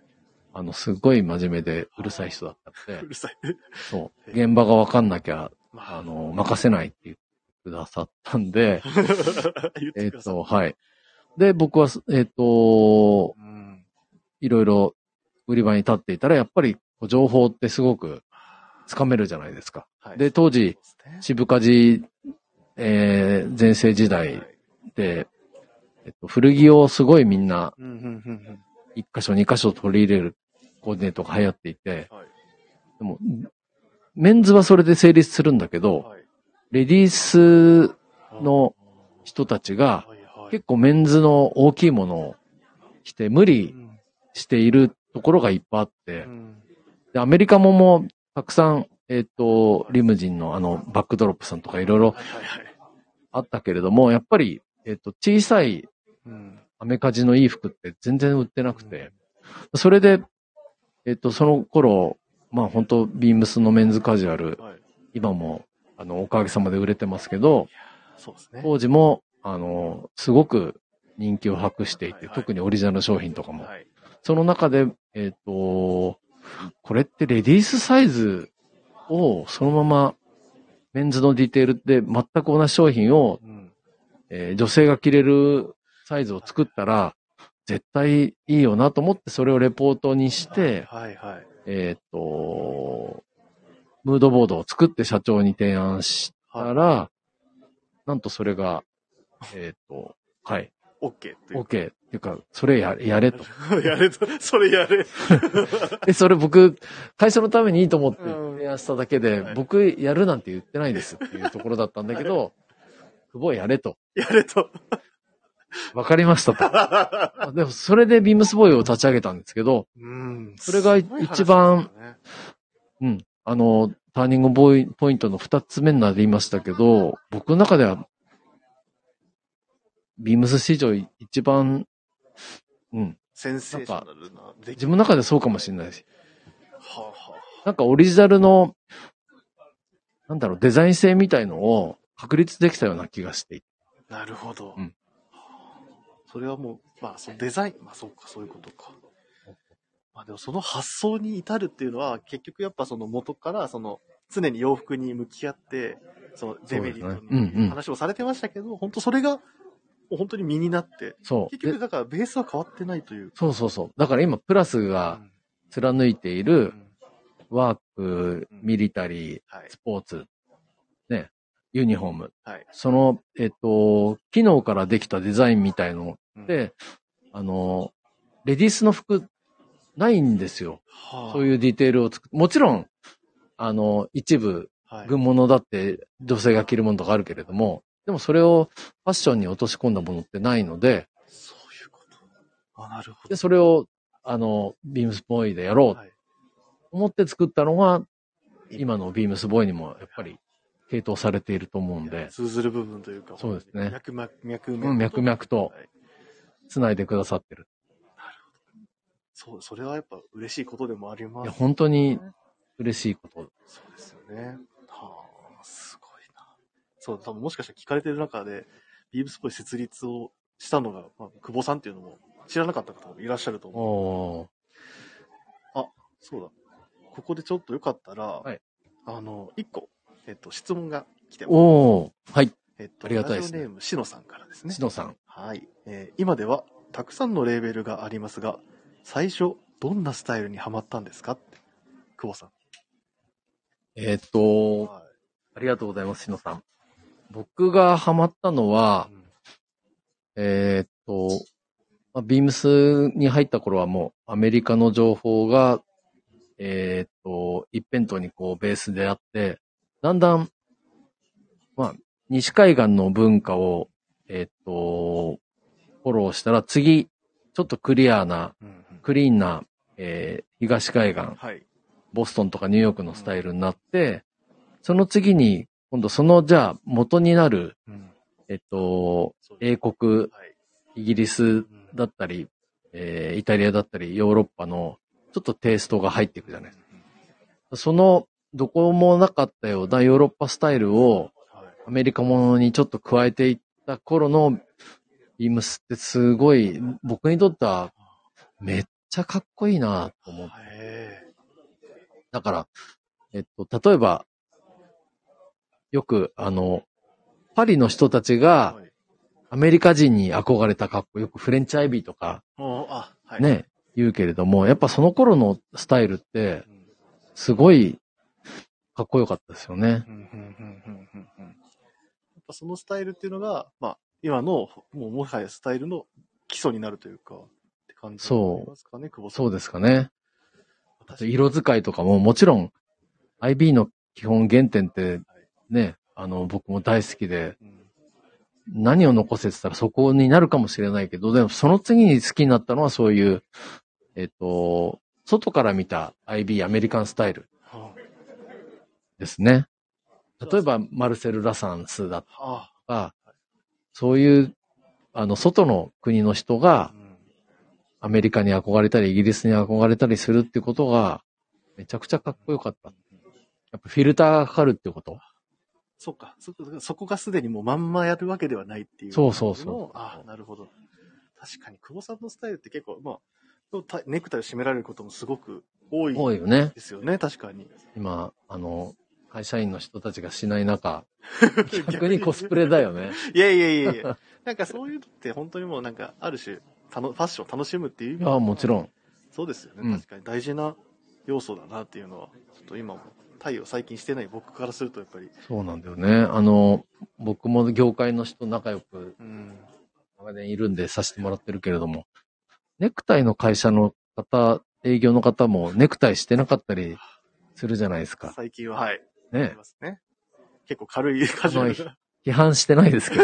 C: あの、すごい真面目でうるさい人だった
A: い、
C: の
A: う
C: で、
A: るさい。
C: そう、現場がわかんなきゃ
A: ま、
C: あの、任せないって言ってくださったんで
A: 言っ
C: え
A: てく
C: っ、
A: ださい。
C: と、はい。で、僕は、えっ、と、
A: うん。
C: いろいろ売り場に立っていたら、やっぱりこう情報ってすごくつかめるじゃないですか。
A: はい、
C: で、当
A: そう
C: 時、
A: ですね、
C: 渋かじ、えー、前世時代
A: はい
C: で、えっと、古着をすごいみんな、
A: うんうんうん
C: 一箇所二箇所取り入れるコーディネートが流行っていて、
A: うん。はい。
C: でも、メンズはそれで成立するんだけど、
A: はい。
C: レディース
A: あー
C: の人たち
A: は
C: が、
A: いはい、
C: 結構メンズの大きいものを着て無理
A: うん
C: しているところがいっぱいあって
A: う、ん
C: でアメリカももうたくさん、えっ、と、リムジンのあのバックドロップさんとかいろいろ
A: はいはいはい。
C: あったけれども、やっぱり、えっ、と、小さい
A: うん。
C: アメカジのいい服って全然売ってなくて、それで、えっ、と、その頃、まあ本当ビームスのメンズカジュアル、
A: はい。
C: 今も、あの、おかげさまで売れてますけど、
A: そうですね。
C: 当時も、あの、すごく人気を博してい
A: はい
C: て、
A: はい
C: 特にオリジナルの商品とかも。
A: はい。
C: その中で、えっ、と、これってレディースサイズをそのままメンズのディテールで全く同じ商品を、
A: うん。
C: えー女性が着れるサイズを作ったら絶対いいよなと思ってそれをレポートにして、
A: はいはい。
C: えっ、と、ムードボードを作って社長に提案したら、なんとそれが、えっ、と、はい、
A: オッケーっていう
C: OK っていうか、それややれと。
A: やれと、それやれ。
C: え、それ僕、会社のためにいいと思って提案しただけで、
A: はい
C: 僕やるなんて言ってないですっていうところだったんだけど、 久保やれと。
A: やれと。
C: わかりま したと。あでも、それでビームスボーイを立ち上げたんですけど、
A: うん。
C: それが
A: すごい話です
C: 一番
A: よね。
C: うん。あの、ターニングボーイポイントの二つ目になりましたけど、僕の中では、ビームス史上一番、うん。
A: センセーショナルな出来。
C: 自分の中ではそうかもしれないです。
A: はあは
C: なんかオリジナルの、なんだろう、デザイン性みたいのを確立できたような気がしていて
A: あ。なるほど。
C: うん
A: それはもう、まあ、そのデザイン、まあ、そうか、そういうことか。まあ、でもその発想に至るっていうのは、結局やっぱその元から、その、常に洋服に向き合って、そのデメリット
C: そうですねうんう
A: の
C: ん
A: 話もされてましたけど、本当それが、もう本当に身になって、
C: そう。
A: 結局
C: で
A: だからベースは変わってないという。
C: そうそうそう。だから今、プラスが
A: うん
C: 貫いていうる
A: ん
C: ワーク、ミリタリー、
A: はい
C: ス。ポーツ、ね、ユニフォーム。
A: はい。
C: その、えっと、機能からできたデザインみたいの
A: うん、
C: で、あの、レディースの服、ないんですよ。
A: はあ、
C: そういうディテールを作っもちろん、あの、一部、
A: はい、
C: 軍物だって女性が着るものとかあるけれども、でもそれをファッションに落とし込んだものってないので、
A: そういうこと。あ、なるほど。
C: で、それを、あの、ビームスボーイでやろうと
A: はい、
C: 思って作ったのが、今のビームスボーイにもやっぱり系統されていると思うんで、
A: 通ずる部分というか、
C: そうですね
A: 脈々、脈々と、
C: うん脈々と
A: はい
C: 繋いでくださってる。
A: そう、それはやっぱ嬉しいことでもありま
C: い
A: す、
C: や、本当に嬉しいこと。
A: そうですよね。はあ、すごいな。そう、多分もしかしたら聞かれてる中で、ビームスっぽい設立をしたのが、まあ、久保さんっていうのも知らなかった方もいらっしゃると思う。
C: おー
A: そうだ。ここでちょっとよかったら、
C: はい
A: あの、一個、えっと、質問が来てます。
C: おーはい。
A: えっと、
C: ありがたいですね
A: ラジオネーム、しのさんからですね。
C: しのさん。
A: はい、えー今ではたくさんのレーベルがありますが、最初、どんなスタイルにハマったんですかって久保さ
C: えーっ
A: ん。
C: と、
A: は、
C: ありがとうございます、しのさん。僕がハマったのはい
A: うん
C: えーっと、まあビームスに入った頃はもうアメリカの情報が、えーっと、一辺倒にこうベースであって、だんだん、まあ、西海岸の文化を、えーっと、フォローしたら次、ちょっとクリアな、
A: うんうん
C: クリーンな、えー東海岸、
A: はい。
C: ボストンとかニューヨークのスタイルになって、その次に、今度その、じゃあ元になる、
A: うん
C: えっと、
A: そうで
C: 英
A: す
C: 国、
A: はい
C: イギリス
A: うん
C: だったり、えーイタリアだったり、ヨーロッパの、ちょっとテイストが入っていくじゃないですか。その、どこもなかったようなヨーロッパスタイルを、
A: はい
C: アメリカものにちょっと加えていった頃の、ビームスってすごい、僕にとっては、めっちゃかっこいいなと思う。
A: へえ
C: だから、えっと、例えば、よく、あの、パリの人たちが
A: はい
C: アメリカ人に憧れた格好、よくフレンチアイビーとか
A: おーあ、はい。
C: ね、言うけれども、やっぱその頃のスタイルって
A: う、ん。
C: すごいかっこよかったですよね。
A: うんうんうんうんうんうんやっぱそのスタイルっていうのが、まあ、今の、もうもはやスタイルの基礎になるというか、って感じになりますかね、久保さん。
C: そうですかね。
A: 私
C: 色使いとかももちろん、IB の基本原点ってね、あの、僕も大好きで、
A: うん
C: 何を残せって言ったらそこになるかもしれないけど、でもその次に好きになったのはそういう、えっと、外から見た IB アメリカンスタイル
A: は
C: ですね。例えばマルセル・ラサンスだと
A: あ、は
C: か、そういう、あの、外の国の人
A: あ
C: が
A: うん
C: アメリカに憧れたり、イギリスに憧れたりするってことが、めちゃくちゃかっこよかった。やっぱフィルターがかかるってこと。
A: そっかそ、そこがすでにもうまんまやるわけではないっていう。
C: そうそうそう
A: あなるほど。確かに、久保さんのスタイルって結構、まあ、たネクタイを締められることもすごく多い
C: 多いよね。
A: ですよね、確かに。
C: 今、あの、会社員の人たちがしない 中、逆にコスプレだよね。
A: いやいやいやいや。 なんかそういうのって本当にもうなんか、ある種、たのファッションを楽しむっていう意味
C: い
A: で
C: や、もちろん。
A: そうですよね、
C: うん
A: 確かに大事な要素だなっていうのは、ちょっと今も、対応最近してない僕からするとやっぱり、
C: そうなんだよね。あの、僕も業界の人仲良く
A: うん、
C: 長年いるんでさせてもらってるけれども、ネクタイの会社の方、営業の方もネクタイしてなかったりするじゃないですか。
A: 最近は、はい、あり
C: ね。
A: ますね。結構軽いカジュアルな。
C: 批判してないです けど。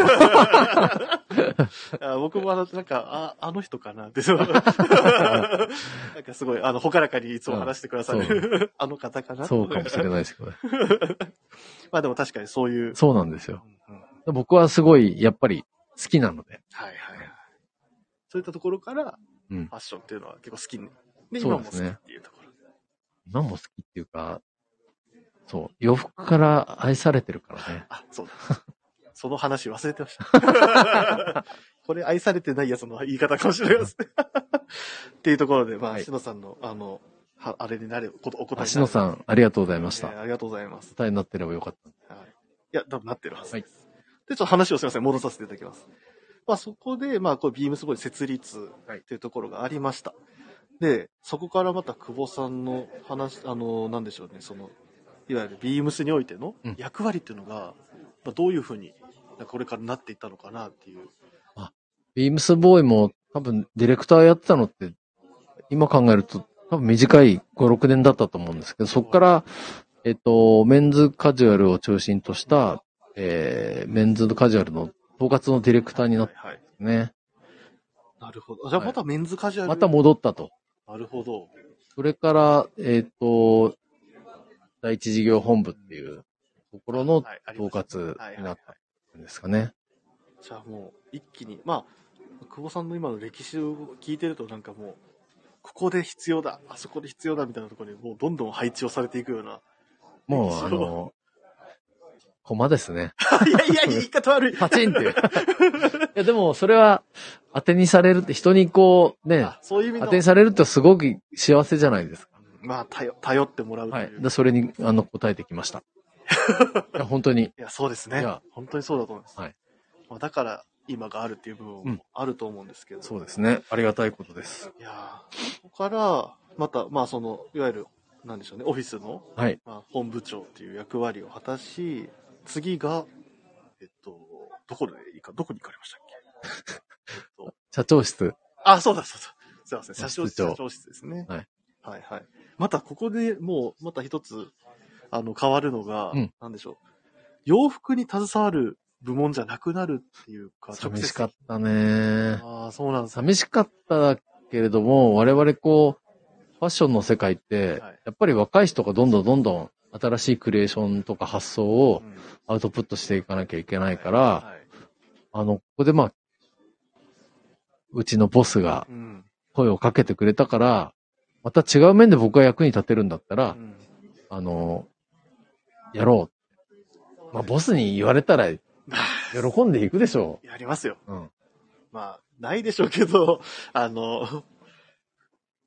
A: あ僕もあの、なんか、あ、あの人かなって、 そうなんかすごい、あの、ほからかにいつも話してくださ
C: うんそ
A: る。 あの方かな
C: そうかもしれないですけど。
A: まあでも確かにそういう。
C: そうなんですよ。
A: うんうんはい
C: 僕はすごい、やっぱり好きなので。
A: はいはい。そういったところから、フ
C: うん
A: ァッションっていうのは結構好きに。で、
C: そ
A: 今
C: う
A: も好
C: で
A: き
C: す
A: っ
C: ね
A: ていうところ。
C: 今も好きっていうか、そう、洋服から愛されてるからね。
A: あ、そう だ。その話忘れてま した。これ愛されてないやつの言い方かもしれないですね。 っていうところで、まあ、
C: はい
A: しのさんの、あの、はあれになれ、ことお答え
C: あ、しのさ
A: ん、あ
C: ん、ありがとうございました。
A: ありがとうございます。
C: 答えになってればよかった。
A: はい。いや、多分なってるはずです。
C: は
A: で、ちょっと話をすみません、戻させていただきます。まあ、そこで、まあ、こう、ビームスボーイ設立
C: は
A: っ
C: い
A: ていうところがありました。で、そこからまた久保さんの話、あの、なんでしょうね、その、いわゆるビームスにおいての
C: うん
A: 役割っていうのが、まあ、どういうふうに、なんかこれからなっていったのかなっていう。
C: ビームスボーイも多分ディレクターやってたのって、今考えると多分短い5、6年だったと思うんですけど、そこから、えっと、メンズカジュアルを中心とした、えー、メンズカジュアルの統括のディレクターになっ
A: はい、は
C: て
A: い。
C: ね、
A: なるほど。じゃあ、
C: はい
A: またメンズカジュアル。
C: また戻ったと。
A: なるほど。
C: それから、えっと、第一事業本部っていうところの
A: はいあり
C: 統
A: ました
C: 括になったんですかね。
A: じゃあもう一気にまあ久保さんの今の歴史を聞いてるとなんかもうここで必要だあそこで必要だみたいなところにもうどんどん配置をされていくような
C: もう、
A: そう
C: あの、駒ですね。
A: いや いや、言い方悪い。
C: パチンっていう。いや、でもそれは当てにされるって、人にこう、ね
A: あ、そういう意味
C: 当
A: の
C: てに。されるってすごく幸せじゃないですか。
A: まあ、頼頼ってもらうと
C: はいい。
A: う。い、
C: でそれに、あの、答えてきま した。いや、本当に。
A: や、そうです
C: い
A: ね
C: や。
A: 本当にそうだと思います。
C: はい
A: まあ、だから、今があるっていう部分もあると思うんですけど。
C: そうですね。ありがたいことです。
A: いやーここから、また、まあ、その、いわゆる、なんでしょうね、オフィスの、
C: はい。
A: まあ、本部長っていう役割を果たし、次が、えっと、どこでいいか、どこに行かれましたっけえっと、
C: 社長室。
A: あ、そうだそうだ。すいません。社長
C: 室長
A: 社長室ですね。
C: はい。
A: はいはい。またここでもう、また一つ、あの、変わるのが、
C: うん
A: なんでしょう。洋服に携わる部門じゃなくなるっていうか、
C: 寂しか
A: っ
C: ったね。
A: ああ、そうなんですね。
C: 寂しかったけれども、我々こう、ファッションの世界って
A: はい、
C: やっぱり若い人がどんどんどんどん新しいクリエーションとか発想を
A: うん
C: アウトプットしていかなきゃいけないか
A: は
C: ら、
A: い
C: あの、ここでまあ、うちのボスが
A: うん。
C: 声をかけてくれたから、また違う面で僕が役に立てるんだった
A: う
C: ら、
A: ん
C: あの、やろう。まあ、ボスに言われたら、喜んでいくでしょ
A: やりますよ。
C: う。うん。
A: まあ、ないでしょうけど、あの、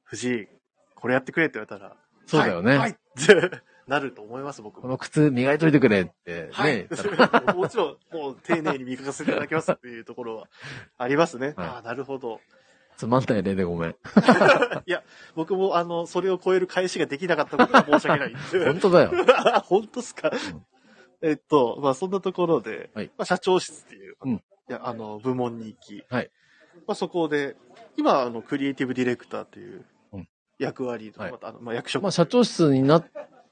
A: 藤井、これやってくれって言われたら、
C: そうだよね
A: はい、はい ってなると思います、僕
C: こ
A: も。
C: の靴磨いといてくれって、ね、
A: はい
C: 言ったら。
A: もちろん、もう丁寧に磨かせていただきますっていうところはありますね。
C: はい
A: ああ、なるほど。
C: つまんない例でごめん。
A: 僕も、あの、それを超える返しができなかったことは申し訳ない。
C: 本当だよ。
A: 本当っすか、
C: ん
A: えっと、まあ、そんなところで、
C: はい
A: まあ、社長室っていう、
C: うん
A: いやあの、部門に行き、
C: はい
A: まあ、そこで、今、あの、クリエイティブディレクターという
C: うん
A: 役割とか、
C: はい
A: またあのまあ、役職。
C: まあ、社長室になっ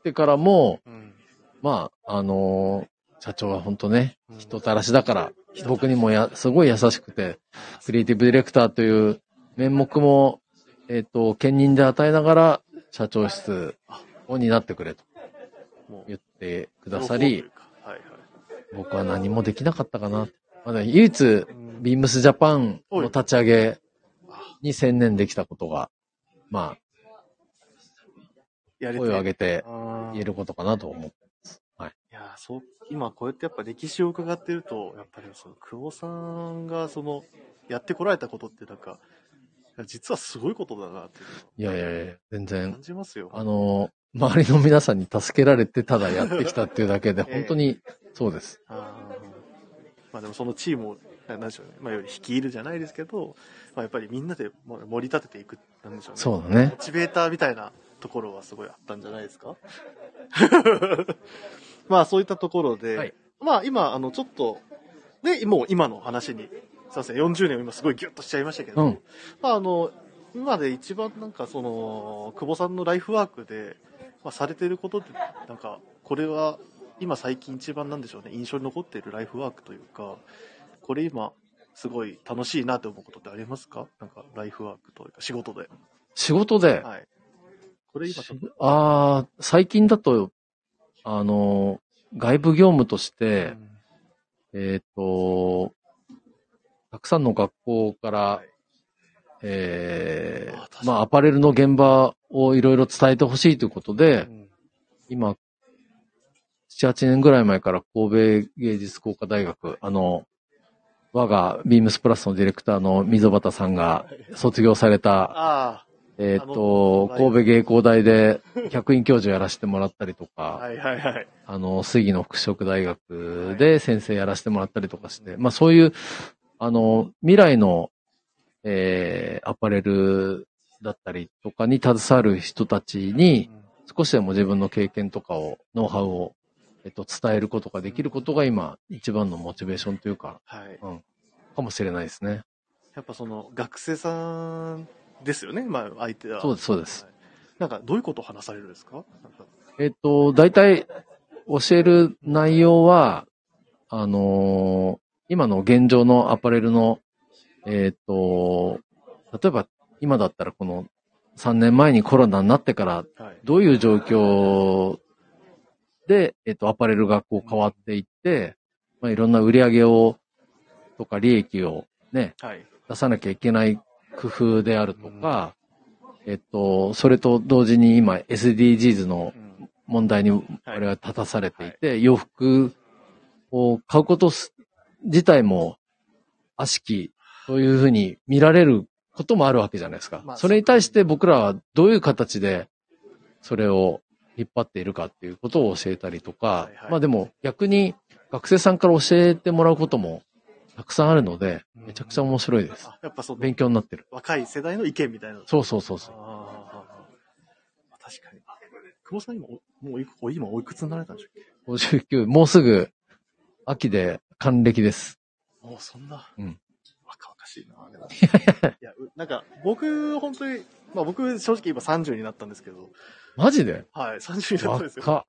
C: てからも、
A: うん、
C: まあ、あのー社長は本当ね、
A: うん
C: 人たらしだから、僕にもや、すごい優しくて、クリエイティブディレクターという面目も、えっ、と、兼任で与えながら、社長室を担ってくれと
A: も
C: 言ってくださ
A: 情、
C: り
A: 報というかはいはい。
C: 僕は何もできなかったかな。まだ唯一
A: う、ん
C: ビームスジャパンの立ち上げに専念できたことが、ま
A: や
C: あ、
A: れ
C: 声を上げて
A: あー
C: 言えることかなと思う。
A: いやーそう、今こうやってやっぱ歴史を伺ってると、やっぱりその久保さんがその、やってこられたことってなんか、実はすごいことだなっていう
C: いやいやいや、全
A: のを
C: 然
A: 感、じますよ。
C: あの、周りの皆さんに助けられてただやってきたっていうだけで、
A: ええ
C: 本当にそうです。
A: あーまあでもそのチームを、ななんでしょうね、まあより率いるじゃないですけど、まあやっぱりみんなでも盛り立てていく、なんでしょうね。
C: そう
A: モ
C: だね。
A: チベーターみたいなところはすごいあったんじゃないですか まあそういったところで、
C: はい
A: まあ今、あの、ちょっと、で、もう今の話に、すいません、40年を今すごいギュッとしちゃいましたけど、
C: うん
A: まああの、今で一番なんかその、久保さんのライフワークで、まあ、されてることって、なんか、これは今最近一番なんでしょうね、印象に残っているライフワークというか、これ今、すごい楽しいなって思うことってありますかなんか、ライフワークというか、仕事で。
C: 仕事で、
A: はい。これ今ちょっと、
C: ああ、最近だと、あの、外部業務とし
A: う
C: て、
A: ん
C: えっ、と、たくさんの学校から、
A: はい
C: え
A: あ確か
C: ー
A: に
C: まあ、アパレルの現場をいろいろ伝えてほしいということ
A: う
C: で、
A: ん
C: 今、7、8年ぐらい前から神戸芸術工科大学、あの、我がビームスプラスのディレクターの溝端さんが卒業された、
A: あ
C: えっ、
A: あ
C: と、
A: の
C: 神戸芸工大で客員教授やらせてもらったりとか、
A: あ、はいはいはい。
C: あの、水木の服飾大学で先生やらせてもらったりとかして、まあそういう、あの、未来の、えーアパレルだったりとかに携わる人たちに、少しでも自分の経験とかを、ノウハウを、えっと、伝えることができることが今、一番のモチベーションというか、
A: はい。
C: かもしれないですね。
A: やっぱその、学生さんですよね、まあ、相手は。
C: そうです、そうです。
A: なんか、どういうことを話されるんですかなんか
C: えっと、大体、教える内容は、あのー今の現状のアパレルの、えっと、例えば、今だったらこの3年前にコロナになってから
A: はい。
C: どういう状況で、えっと、アパレルがこう変わっていって、まあ、いろんな売り上げを、とか利益をね、
A: はい。
C: 出さなきゃいけない工夫であるとか、えっと、それと同時に今 SDGs の
A: うん
C: 問題に我々は立たされていて、洋服こう、買うことす自体も、悪しき、というふうに見られることもあるわけじゃないですか。
A: まあ
C: それに対して僕らはどういう形で、それを引っ張っているかっていうことを教えたりとか、
A: はいはい
C: まあでも逆に学生さんから教えてもらうこともたくさんあるので、めちゃくちゃ面白いです。
A: あやっぱその
C: 勉強になってる。
A: 若い世代の意見みたいな。
C: そうそうそうそう。
A: ああ、確かに。あ久保さん今、おもういくお今おいくつになられたんでしょう
C: 59、もうすぐ、秋で還暦です。
A: かもうそんな、
C: うん
A: 若々しいな でもいや、うなんか、僕、本当に、まあ僕、正直今30になったんですけど、
C: マジ で
A: はい、30になったんですよ。
C: 若っ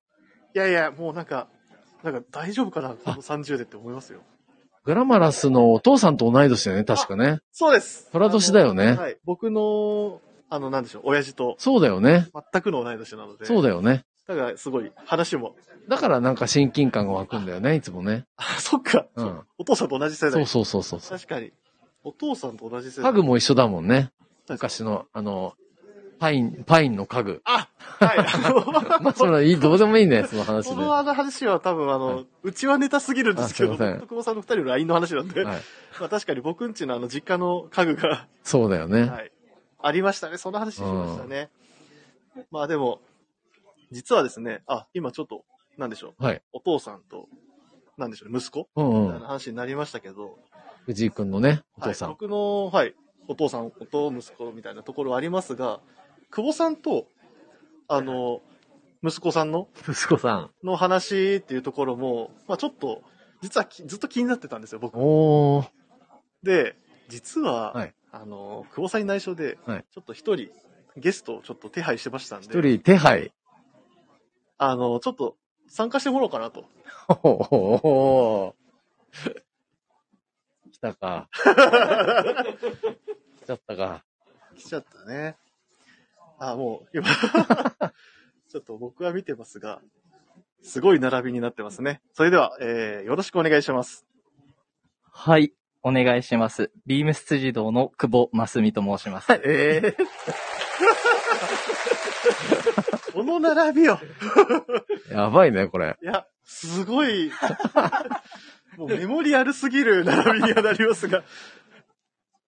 A: いやいや、もうなんか、なんか大丈夫かな、この30でって思いますよ。
C: グラマラスのお父さんと同い年だよね、確かね。
A: そうです
C: 虎年だよね
A: あのはい、僕の、あの、なんでしょう、親父と
C: そうだよね。
A: 全くの同い年なので、
C: そうだよね。
A: だからすごい話も、
C: だからなんか親近感が湧くんだよね、いつもね。
A: あ、そっか、
C: うん
A: そうお父さんと同じ世代。
C: そうそうそうそう。
A: 確かに。お父さんと同じ世代。
C: 家具も一緒だもんね。
A: 確かに
C: 昔の、あの、パイン、パインの家 具。
A: あはい。あ
C: ま
A: の
C: あ、それはいい、どうでもいいね、その話
A: そ
C: で。
A: の
C: は
A: あの話は多分あの、うちはネタすぎるんですけど、
C: あすいません
A: 僕と久保さんの二人の LINE の話なんで、
C: い
A: ま。あ確かに僕んちのあの実家の家具が、
C: そうだよね。
A: はい、ありましたね。その話しましたね。まあでも、実はですね、あ、今ちょっと、なんでしょう、
C: はい
A: お父さんと、なんでしょうね、息子
C: うん
A: み
C: う。
A: たいなん話になりましたけど、
C: 藤井くんのね、お父さん。
A: はい、僕の、はい、お父さん、おと息子みたいなところはありますが、久保さんと、あの、息子さんの、
C: 息子さん。
A: の話っていうところも、まあちょっと、実はきずっと気になってたんですよ、僕。
C: おー。
A: で、実は、
C: はい
A: あの、久保さんに内緒で、
C: はい
A: ちょっと一人、ゲストをちょっと手配してましたんで、
C: 一人手配。
A: あの、ちょっと参加してもらおうかなと。
C: おーおーおー。来た か。来ちゃったか。
A: 来ちゃったね。あ、もう、今、ちょっと僕は見てますが、すごい並びになってますね。それでは、えー、よろしくお願いします。
D: はい、お願いします。ビームス辻堂の久保真澄と申します。
C: ええ
A: この並びよ。
C: やばいね、これ。
A: いや、すごい、もうメモリアルすぎる並びにはなりますが、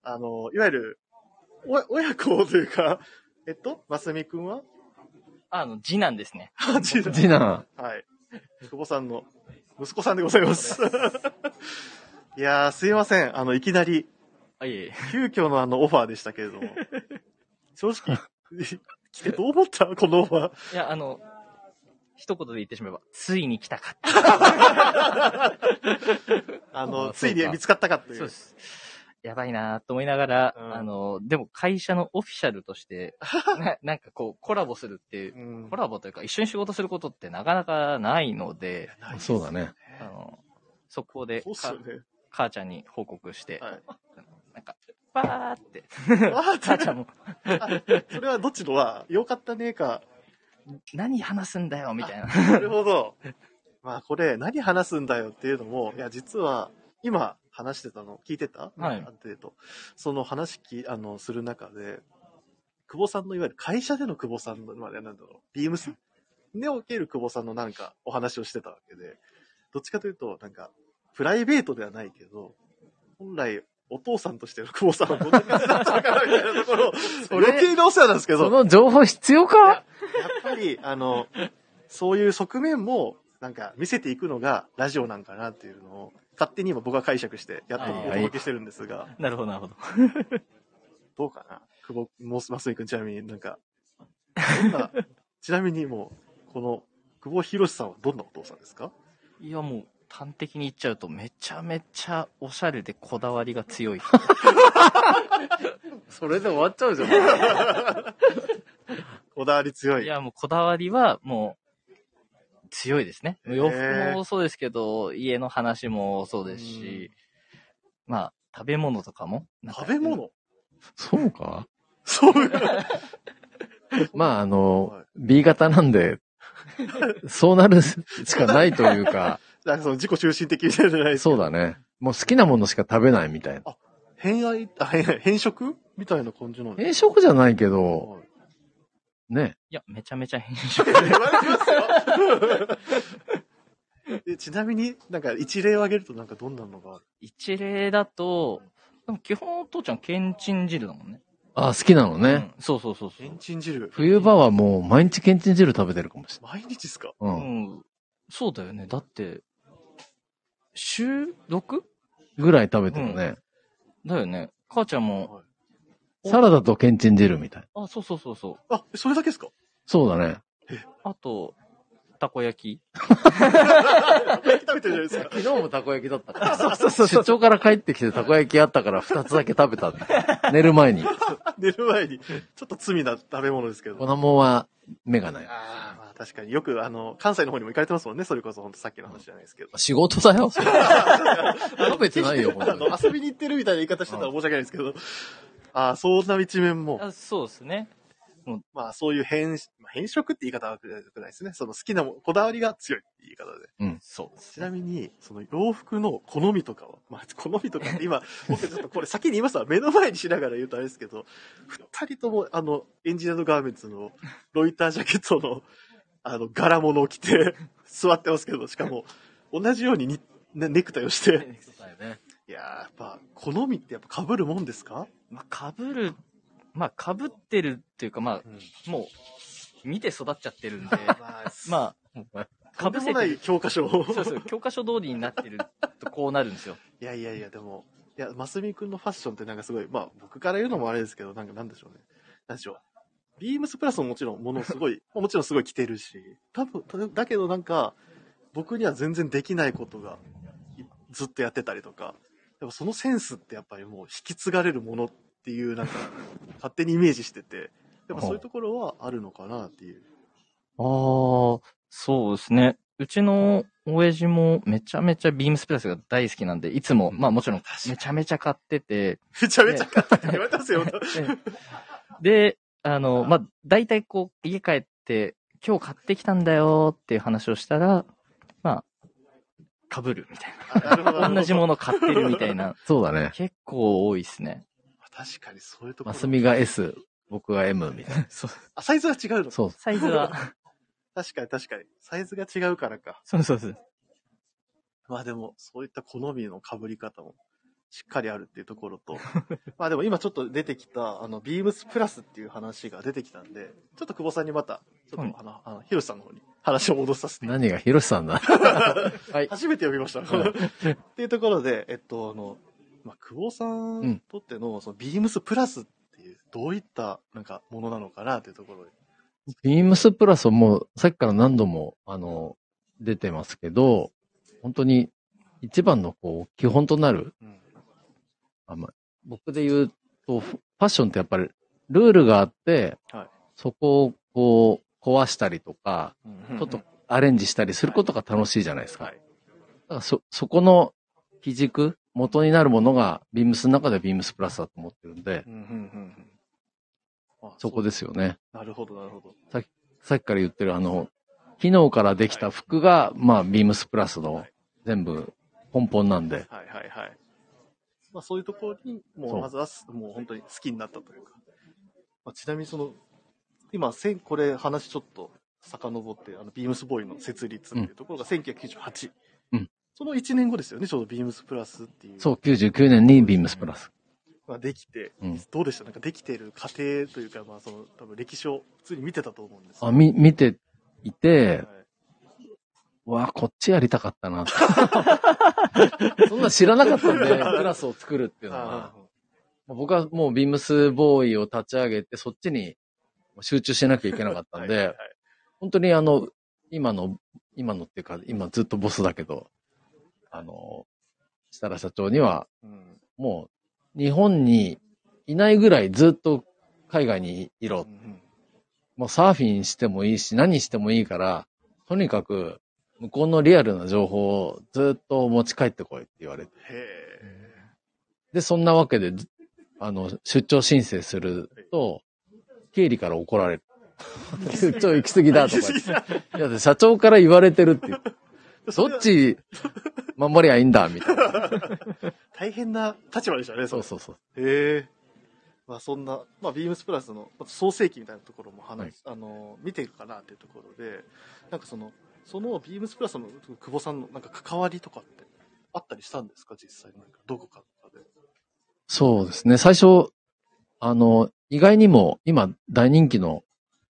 A: あの、いわゆる、お親子というか、えっと、ますみくんは
D: あの、次男ですね。
A: あ次男
C: 次男。
A: はい。久保さんの息子さんでございます。 いやー、すいません。あの、いきなり、
D: あ、いえいえ。
A: 急遽のあのオファーでしたけれども。正直、 来てどう思ったこのオファ
D: いや、あの、一言で言ってしまえば、ついに来たかって。
A: ー。あ
C: あ
A: の、
C: ー
A: つい
C: そう
A: に
C: か
A: 見つかったかとい
D: そう
A: う
D: で。す。やばいなと思いながら、
A: うん
D: あの、でも会社のオフィシャルと して、ななんかこう、コラボするっていう、
A: うん
D: コラボというか一緒に仕事することってなかなかないので、
C: そうだね。
D: あの、そこで
A: そうっす
D: か
A: よね。
D: 母ちゃんに報告して、
A: はい。
D: なんか、バーって、
A: あー
D: 母ちゃん も、
A: それはどっちのは、よかったねーか。
D: 何話すんだよみたいな。
A: なるほど。まあこれ、何話すんだよっていうのも、いや、実は、今話してたの、聞いてた
D: はい
A: ある程度。その話き、あの、する中で、久保さんの、いわゆる会社での久保さんの、まあ、なんだろう、ビームスにおける久保さんのなんか、お話をしてたわけで、どっちかというと、なんか、プライベートではないけど、本来、お父さんとしての久保さんをご存知だったのかなみたいなところ、
C: それ
A: 余計なお世話なんですけど。
C: その情報必要
A: いや
C: か
A: やっぱり、あの、そういう側面も、なんか見せていくのがラジオなんかなっていうのを、勝手に今僕は解釈して、やっと
D: はい
A: お届けしてるんですが、
D: なるほど、なるほど。
A: どうかな久保、もす、ますみくんちなみになんか、どんな、ちなみにもう、この、久保博さんはどんなお父さんですか
D: いやもう端的に言っちゃうとめちゃめちゃおしゃれでこだわりが強い人
C: それで終わっちゃうじゃん。
A: こだわり強い。
D: いやもうこだわりはもう強いですね
A: へー
D: 洋服もそうですけど家の話もそうですし、まあ食べ物とかもなんか
A: 食べ物
C: そう か
A: そういう。
C: まあ、あ
A: は
C: の
A: い、
C: B 型なん で、そうなるしかないという か、
A: なんかその自己中心的みたいじゃないですか。
C: そうだね。もう好きなものしか食べないみたいな。
A: 偏愛、あ、偏愛偏食みたいな感じなん
C: 変
A: です
C: 色じゃないけど、
A: はい
C: ね。
D: いやめちゃめちゃ変色
A: 言われてますよ。えちなみになんか一例を挙げるとなんかどんなのがある
D: 一例だと、でも基本、父ちゃん、けんちん汁だもんね。
C: あ、好きなのね。
D: うん、そうそうそうそ
A: け
D: う。
A: んちん汁。
C: 冬場はもう毎日けんちん汁食べてるかもし
A: 毎日ですか
C: れ
D: う
C: ない。うん。
D: ん。そうだよね。だって、週 6?
C: ぐらい食べてるね。
D: だよね。母ちゃんも、うん
C: サラダとけんちん汁みたい。
D: あ、そうそうそうそう。
A: あ、それだけですか
C: そうだね。
D: あと、たこ焼き。
A: 食べてるじゃないですか。
C: 昨日もたこ焼きだったから。 そうそうそう出張から帰ってきてたこ焼きあったから二つだけ食べたん だ。寝る前に。
A: 寝る前に。ちょっと罪な食べ物ですけど。
C: 子供は目がない。
A: ああ、まあ確かによく、あの、関西の方にも行かれてますもんね。それこそ本当さっきの話じゃないですけど。
C: 仕事だよ。食べてないよ、本
A: あ
C: 当に
A: の。遊びに行ってるみたいな言い方してたら申し訳ないですけど。ああ、そんな一面も。
D: あそうですね。
A: まあそういう変、変色って言い方は良くないですね。その好きなも、こだわりが強いって言い方で。
D: そうです
A: ちなみに、その洋服の好みとかは、 まあ好みとかって今、僕ちょっとこれ先に言いますわ。目の前にしながら言うとあれですけど、二人ともあの、エンジニアのガーメンツのロイタージャケットの、あの、柄物を着て座ってますけど、しかも、同じようににねネクタイをして、いやーやっぱ、好みってやっぱ被るもんですか
D: まあ、被る、まあ、被ってるっていうか、ま
A: うん
D: あ、もう、見て育っちゃって るんで、まあ、
A: と
D: 被
A: んでも
D: せて
A: ない
D: る。
A: 教科書を。
D: そうそう、教科書通りになってるとこうなるんですよ。
A: いやいやいや、でも、いや、ますみくんのファッションってなんかすごい、まあ僕から言うのもあれですけど、なんかなんでしょうね。なんでしょう。ビームスプラスももちろんものすごい、 もちろんすごい着てるし、多分、ただけどなんか、僕には全然できないことがいずっとやってたりとか、やっぱそのセンスってやっぱりもう引き継がれるものっていう なんか、勝手にイメージしてて、やっぱそういうところはあるのかなっていう。
D: ああ、そうですね。うちの親父もめちゃめちゃビームスプラスが大好きなんで、いつも、まあもちろんめちゃめちゃ買ってて、
A: めちゃめちゃ買ったって言われてますよ、本当
D: で、あの、まあ大体こう家帰って、今日買ってきたんだよっていう話をしたら、まあ、被るみたい
A: あなるほどなるほ
D: な。
A: ど
D: 同じもの買ってるみたい な。
C: そうだね。
D: 結構多いですね。
A: 確かにそういうとこ
C: マ
A: ろ。
C: スミが S、僕が M みたいな。
A: あ、サイズは違うの
C: そう。
D: サイズは。
A: 確かに確かに。サイズが違うからか。
D: そうそうそう。
A: まあでも、そういった好みの被り方もしっかりあるっていうところ と、まあでも今ちょっと出てきた、あの、ビームスプラスっていう話が出てきたんで、ちょっと久保さんにまた、ちょ
D: は
A: っ
D: い
A: とあの、あの、ヒロシさんの方に話を戻させて。
C: 何がヒロシさんだ。はい。
A: 初めて読みました。 っていうところで、えっと、あの、まあ、久保さんにとっての、その、ビームスプラスっていう、どういった、なんか、ものなのかなっていうところで。
C: ビームスプラスはもうさっきから何度も、あの、出てますけど、本当に一番のこう、基本となる、
A: うん
C: あまあ僕で言うと、ファッションってやっぱりルールがあって、
A: はい
C: そこをこう、壊したりとか、ちょっとアレンジしたりすることが楽しいじゃないですか。
A: はい
C: だからそ、そこの基軸、元になるものが、ビームスの中ではビームスプラスだと思ってるんで、
A: うん、うん、うん。あ
C: そこですよね。
A: なるほど、なるほど。
C: さっきから言ってるあの、機能からできた服が、まあ、ビームスプラスの全部根本なんで、
A: はいはいはい。まあそういうところに、も
C: そうう
A: まずはす、もう本当に好きになったというか。まあ、ちなみにその、今、せんこれ話ちょっと遡って、あの、ビームスボーイの設立っていうところが1998。
C: うん
A: その1年後ですよね、ちょうどビームスプラスっていう。
C: そう、99年にビームスプラス。
A: まあ、できて、
C: うん
A: どうでしたなんかできてる過程というか、まあその、多分歴史を普通に見てたと思うんです
C: あ、み、見ていて、
A: は
C: うわあ、こっちやりたかった なって。そんな知らなかったんで、プラスを作るっていうの
A: い
C: は。まあ僕はもうビームスボーイを立ち上げて、そっちに集中しなきゃいけなかったん
A: はい
C: で、本当にあの、今の、今のっていうか、今ずっとボスだけど、あの、設楽社長には、
A: うん
C: もう、日本にいないぐらいずっと海外にいろ
A: う。ん
C: もうサーフィンしてもいいし、何してもいいから、とにかく、向こうのリアルな情報をずっと持ち帰ってこいって言われて。
A: へえ。
C: で、そんなわけで、ずあの、出張申請すると、経理から怒られる。 出張行き過ぎだとか 言って。いやで社長から言われてるって言って。そっち、守りゃいいんだ、みたいな。
A: 大変な立場でしたね、
C: そう
A: れ
C: そうそう。
A: へえ。まあそんな、まあビームスプラスのまあ創世記みたいなところも話、あの、見ていくかなっていうところで、なんかその、そのビームスプラスの久保さんのなんか関わりとかってあったりしたんですか実際なんかどこかとかで。
C: そうですね。最初、あの、意外にも今大人気の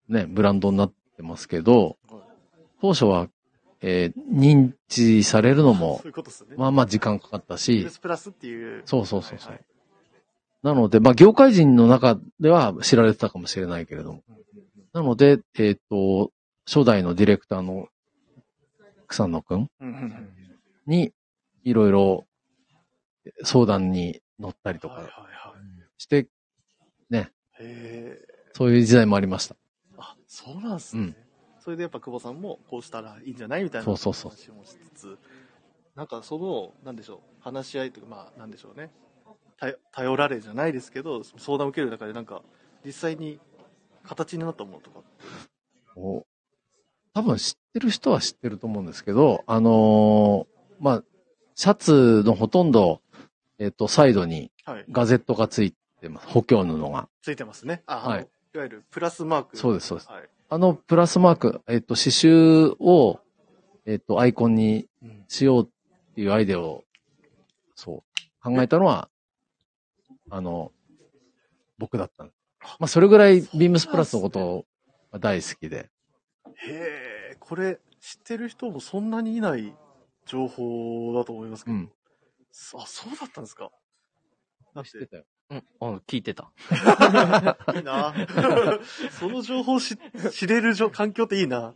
C: ね、ブランドになってますけど、当初は、えー認知されるのも
A: そう、いうことですよね。
C: まあまあ時間かかった
A: ビー
C: し
A: ム、スプラスっていう。
C: そうそうそうそう
A: はいはい
C: なので、まあ業界人の中では知られてたかもしれないけれども。なので、えっ、と、初代のディレクターの草野くん
A: うんうんうん
C: に、いろいろ相談に乗ったりと
A: はいはい
C: か
A: はい。
C: して、
A: へえ。
C: そういう時代もありました。
A: あ、そうなんですね。
C: うん
A: それでやっぱ久保さんもこうしたらいいんじゃないみたいな
C: そうそうそう
A: 話もしつつ、なんかその、なんでしょう、話し合いというか、まあなんでしょうね。頼頼られじゃないですけど、相談を受ける中でなんか、実際に形になったものとか。
C: お多分知ってる人は知ってると思うんですけど、あのーまあ、シャツのほとんど、えっ、と、サイドに
A: はい。
C: ガゼットがついてます。補強布が。
A: ついてますね。あ、
C: はい
A: あのいわゆるプラスマーク。
C: そうですそうです
A: はい。
C: あのプラスマーク、えっ、と、刺繍を、えっ、と、アイコンにしようっていうアイデアを、そう、考えたのは、あの、僕だったの。まあ、それぐらいビームスプラスのことが大好きで。
A: へえ、これ、知ってる人もそんなにいない情報だと思いますけ
C: う
A: ど。あ、
C: ん。
A: そうだったんですか。だって
C: 知ってたよ。
D: うん、うん、聞いてた。
A: いいな。 その情報を知知れる状環境っていいな。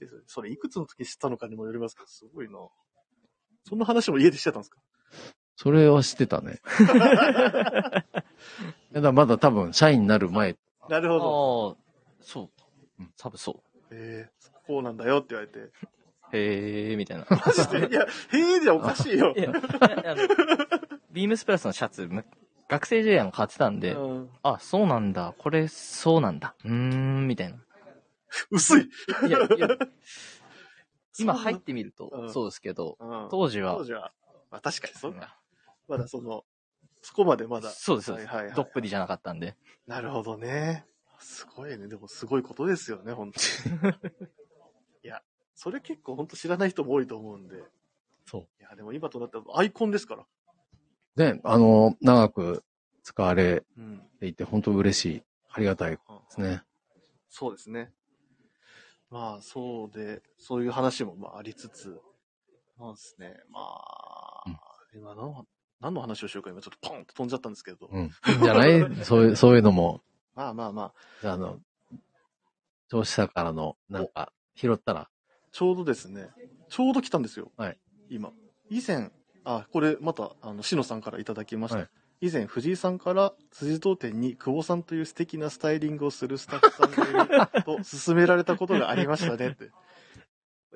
A: えそれそれいくつの時知ったのかにもよりますけど、すごいな。そんな話も家でしてたんですか
C: それは知って たね。いやだからまだ多分、社員になる前。
A: なるほ
D: ああ
A: ど。
D: ー、そう
C: うん。
D: 多分そ
A: えー、こうなんだよって言われて。
D: う。へえー、 みたいな。
A: マジでいや、へえじゃおかしいよ
D: い。や、あの、ビームスプラスのシャツ、む学生時代も買ってたんで、
A: うん
D: あ、そうなんだ、これ、そうなんだ、うーん、みたいな。
A: 薄い。
D: いや、い や今
A: そんな
D: 入ってみる
A: う
D: と、
A: ん
D: そうですけど、
A: うん
D: 当時は
A: 当、時は、まあ確かにそうか。まだその、そこまでまだ。
D: そうです、そうで
A: はいはいはい
D: す。どっぷりじゃなかったん で。
A: なるほどね。すごいね。でもすごいことですよね、本当に。 いや、それ結構本当知らない人も多いと思うんで。
C: そ
A: いや、でも今となってはアイコンですから。
C: う。ね、あの、長く使われ
A: うん。
C: ていて、本当嬉しい。ありがたいですね。
A: そうですね。まあ、そうで、そういう話もまあありつつ、そうですね。まあ、
C: うん
A: 今の、何の話をしようか今ちょっとポンと飛んじゃったんですけど。
C: うん。いいんじゃないそういう、そういうのも、
A: まあまあまあ、
C: あの、上司者からの、なんか、拾ったら、
A: ちょうどですね、ちょうど来たんですよ。
C: はい
A: 今。以前、あ、これまた、あの、しのさんからいただきました。
C: はい
A: 以前、藤井さんから、辻堂店に久保さんという素敵なスタイリングをするスタッフさんがいると勧められたことがありましたね って。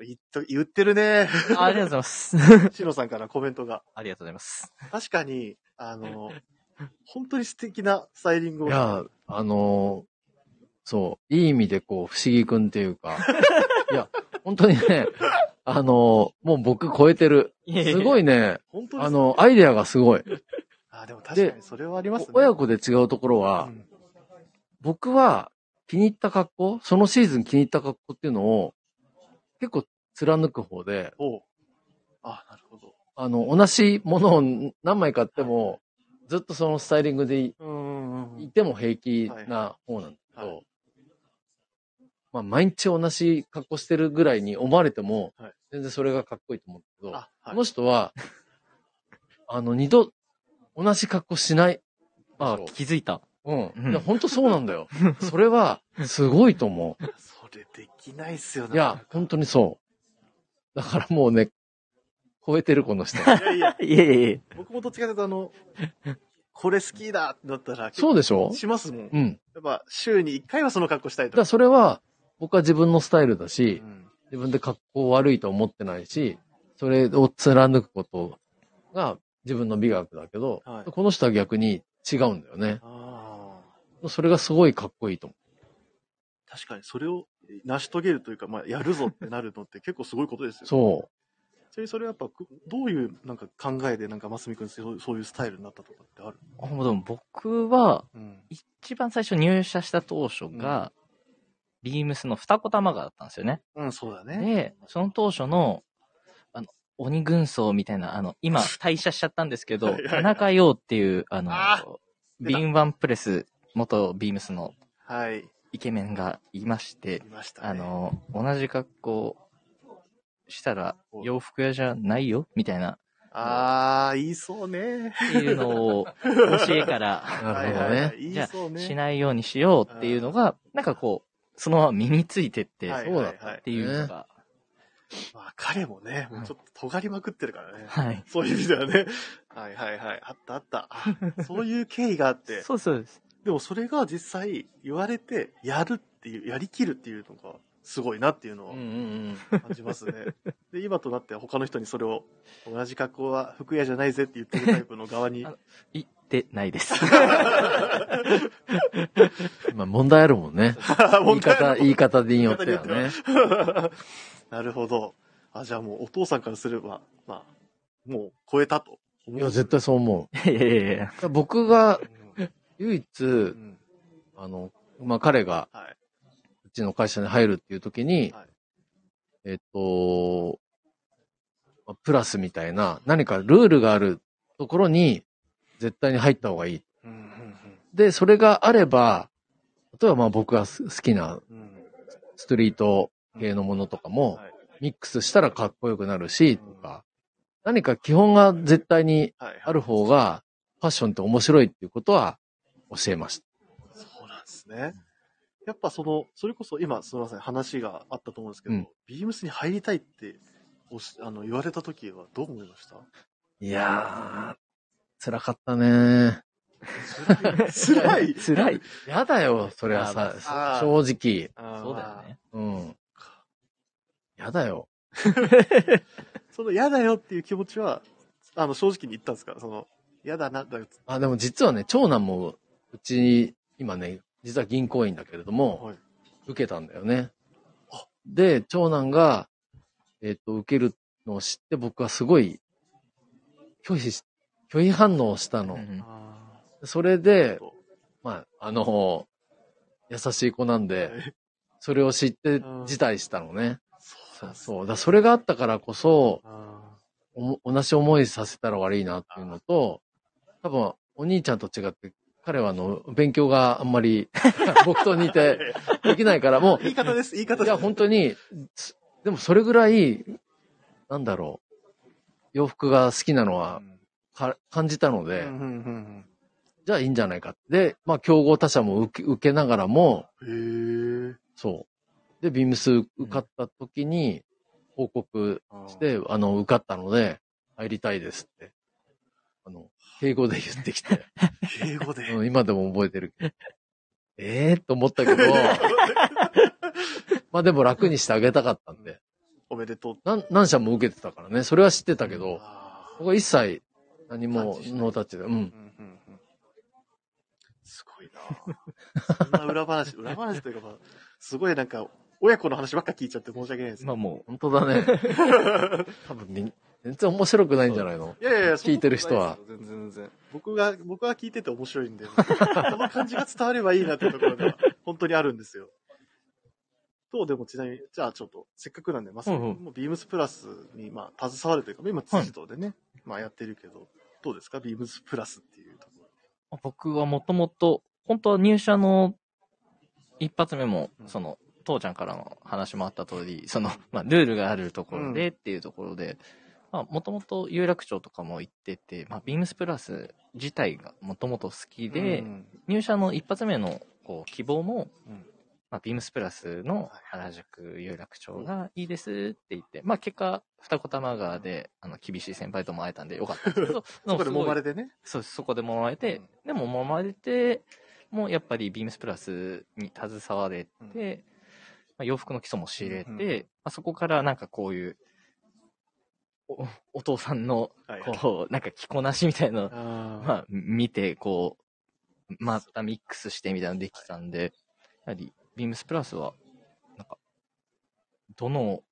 A: 言っと言ってる ね。
D: あありがとうございます。
A: しのさんからコメントが。
D: ありがとうございます。
A: 確かに、あの、本当に素敵なスタイリングを。
C: いや、あのそう、いい意味でこう、不思議くんっていう か、いや、本当にね、あのもう僕超えてる。すご
D: い
C: いね、
A: 本当です
C: あの、アイデアがすごい。
A: あ、でも確かにそれはありますね。
C: 親子で違うところ
A: う
C: は、
A: ん
C: 僕は気に入った格好、そのシーズン気に入った格好っていうのを、結構貫く方で、
A: おうあ、なるほど。
C: あの、同じものを何枚買っても、ずっとそのスタイリングでいう
A: ーん
C: いても平気な方なんだけ
A: はいは
C: ど、まあ、毎日同じ格好してるぐらいに思われても
A: はい、
C: 全然それがかっこいいと思うんだけど、
A: あ、は
C: こ
A: い
C: の。人は、あの、二度、同じ格好しない。
D: あ気づいた。
C: うん。
D: うん
C: いや、本当そうなんだ よ。それは、すごいと思
A: それできないっすよ
C: う。
A: ね。
C: いや、本当にそう。だからもうね、超えてる、この 人。
A: いやいや、
D: いえいえいえ。
A: 僕もどっちかというと、あの、 これ好きだってなったら、
C: そう
A: で
C: でしょ
A: しますもん。や
C: うん。
A: っぱ、週に1回はその格好したい
C: だ
A: と
C: から
A: か。
C: それは、僕は自分のスタイルだし
A: う、ん
C: 自分で格好悪いと思ってないし、それを貫くことが自分の美学だけど、
A: はい
C: この人は逆に違うんだよね。
A: あ
C: それがすごいかっこいいと思
A: ー確かに、それを成し遂げるというか、まあ、やるぞってなるのって 結構すごいことです
C: う。
A: よ。
C: そ
A: それそれはやっぱ、くどういうなんか考えで、なんか、ますみくんそう、そういうスタイルになったとかってある
D: あでも僕は、
A: うん。
D: 一番最初入社した当初が、ビームスの二子玉川だったんですよね。
A: うん、そうだね。
D: で、その当初の、あの、鬼軍曹みたいな、あの、今、退社しちゃったんですけど、田中陽っていう、あの
A: あ、出た
D: 敏腕プレス、元ビームスの
A: はい。い
D: イケメンがいまして、
A: ました、ね。
D: あ、の、同じ格好したら
A: お
D: 洋服屋じゃないよ、みたいな、
A: あー、言いそうね。
D: っていうのを、教 えから、
C: なるほど
A: はいはいは
C: ね。
A: い言
D: じゃ
A: いそう
D: あ、
A: ね。
D: しないようにしようっていうのが、なんかこう、そのまま身についてって、
A: はい
D: そうだ
A: は
D: っ
A: い
D: た
A: はい
D: っていうのが、
A: まあ、彼もね、もうちょっと尖りまくってるからね。
D: はい。
A: そういう意味ではね。はいはいはい。あったあった。あ そういう経緯があって。
D: そうそうです。
A: でもそれが実際言われて、やるっていう、やりきるっていうのがすごいなっていうの
C: う
A: は
C: んうん
A: 感じ ますね。で、今となっては他の人にそれを、同じ格好は服屋じゃないぜって言ってるタイプの側に
D: あ。行ってないです。
C: うん。まあ問題あるもん ね。言い方、言い方でによってはね。
A: なるほど。あ、じゃあもうお父さんからすれば、まあ、もう超えたと思う。
C: いや、絶対そう思
D: いやいやいや。
C: う。僕が
A: うん
C: 唯一、
A: うん
C: あの、まあ彼が
A: はいう
C: ちの会社に入るっていう時に、
A: はい
C: えっと、まあプラスみたいな何かルールがあるところに絶対に入った方がいい。
A: うんうん
C: で、それがあれば、例えばまあ僕がす好きな
A: うんうん
C: ストリート系のものとかも
A: はい
C: ミックスしたらかっこよくなるし、とか、何か基本が絶対に
A: はいはい
C: ある方がファッションって面白いっていうことは教えました。
A: そうなんですね。やっぱその、それこそ今、すみません、話があったと思うんですけど、
C: うん
A: ビームスに入りたいっておしあの言われた時はどう思いました
C: いやー、辛かったね
A: 辛い
D: 辛い。
C: やだよ、それは
D: まあ
C: さ、
A: あ
C: 正直。
D: そうだよ。ね。
C: うん。やだよ。
A: その嫌だよっていう気持ちは、あの、正直に言ったんですかその、嫌だな、だ
C: あ、でも実はね、長男も、うち、今ね、実は銀行員だけれども、
A: はい
C: 受けたんだよね
A: あ。
C: で、長男が、えっ、と、受けるのを知って、僕はすごい、拒否し、拒否反応をしたの。
D: うん
A: あ
C: それで
A: そ、
C: まあ、あの、優しい子なん
A: ー
C: で、
A: はい
C: それを知って
A: うん
C: 辞退したのね。
A: そうなんです
C: そう。だからそれがあったからこそ、
A: あ
C: おも同じ思いさせたら悪いなっていうのと、多分、お兄ちゃんと違って、彼はあの、勉強があんまり、 僕と似て、できないから、も、
A: ー言い方です、言いう方
C: い
A: です。
C: や、本当に、つでもそれぐらい、なんだろう、洋服が好きなのはか感じたの
A: うん
C: で、
A: うんうん
C: じゃあいいんじゃないかって。で、まあ、競合他社も受け受けながらも、
A: うんへえ。
C: そう。で、ビームス受かった時に、報告
A: あー
C: して、あの、受かったので、入りたいですって、あの、敬語で言ってきて、
A: 敬語で。
C: うん今でも覚えてるけど、ええー、と思っ たけど、まあでも楽にしてあげたかったんで、
A: おめでとう。
C: なん何社も受けてたからね、それは知ってたけど、
A: あー
C: 僕は一切何も
A: タッチしない
C: ノータッチで、うん。
A: うんうんうんすごいなそんな裏話、裏話というか、まあ、すごいなんか、親子の話ばっか聞いちゃって申し訳ないですけど。
D: まあも
C: 本当だね。多分みん、全然面白くないんじゃないの
A: いやいやいや、
C: 聞いてる人は
A: そんなことないですよ。全然全然。僕が、僕は聞いてて面白いんで、その感じが伝わればいいなっていうところが、本当にあるんですよ。と、でもちなみに、じゃあちょっと、せっかくなんで、まさに、
D: うんうん
A: もうビームスプラスに、まあ、携わるというか、今、辻堂でね、まあやってるけど、どうですかビームスプラスっていうところ。
D: う、僕はもともと、本当は入社の一発目も
A: う、ん
D: その、父ちゃんからの話もあった通り、その、まあ、ルールがあるところでっていうところで、まあ、もともと有楽町とかも行ってて、まあ、ビームスプラス自体がもともと好きで、
A: うん
D: 入社の一発目のこう希望も、
A: うん
D: まあ、ビームスプラスの原宿有楽町がいいですって言って、まあ結果、二子玉川であの厳しい先輩とも会えたんでよかったんです けど、
A: そこで揉まれ
D: て
A: てね。
D: そうそこでもまれて、でももまれて、もうやっぱりビームスプラスに携われて、まあ、洋服の基礎も仕入れて、
A: うん
D: まあ、そこからなんかこういう、おお父さんの
A: はいはい
D: こう、なんか着こなしみたいなの
A: あー
D: まあ、見て、こう、またミックスしてみたいなのできたんで、やはり、ビームスプラスは、なんか、どの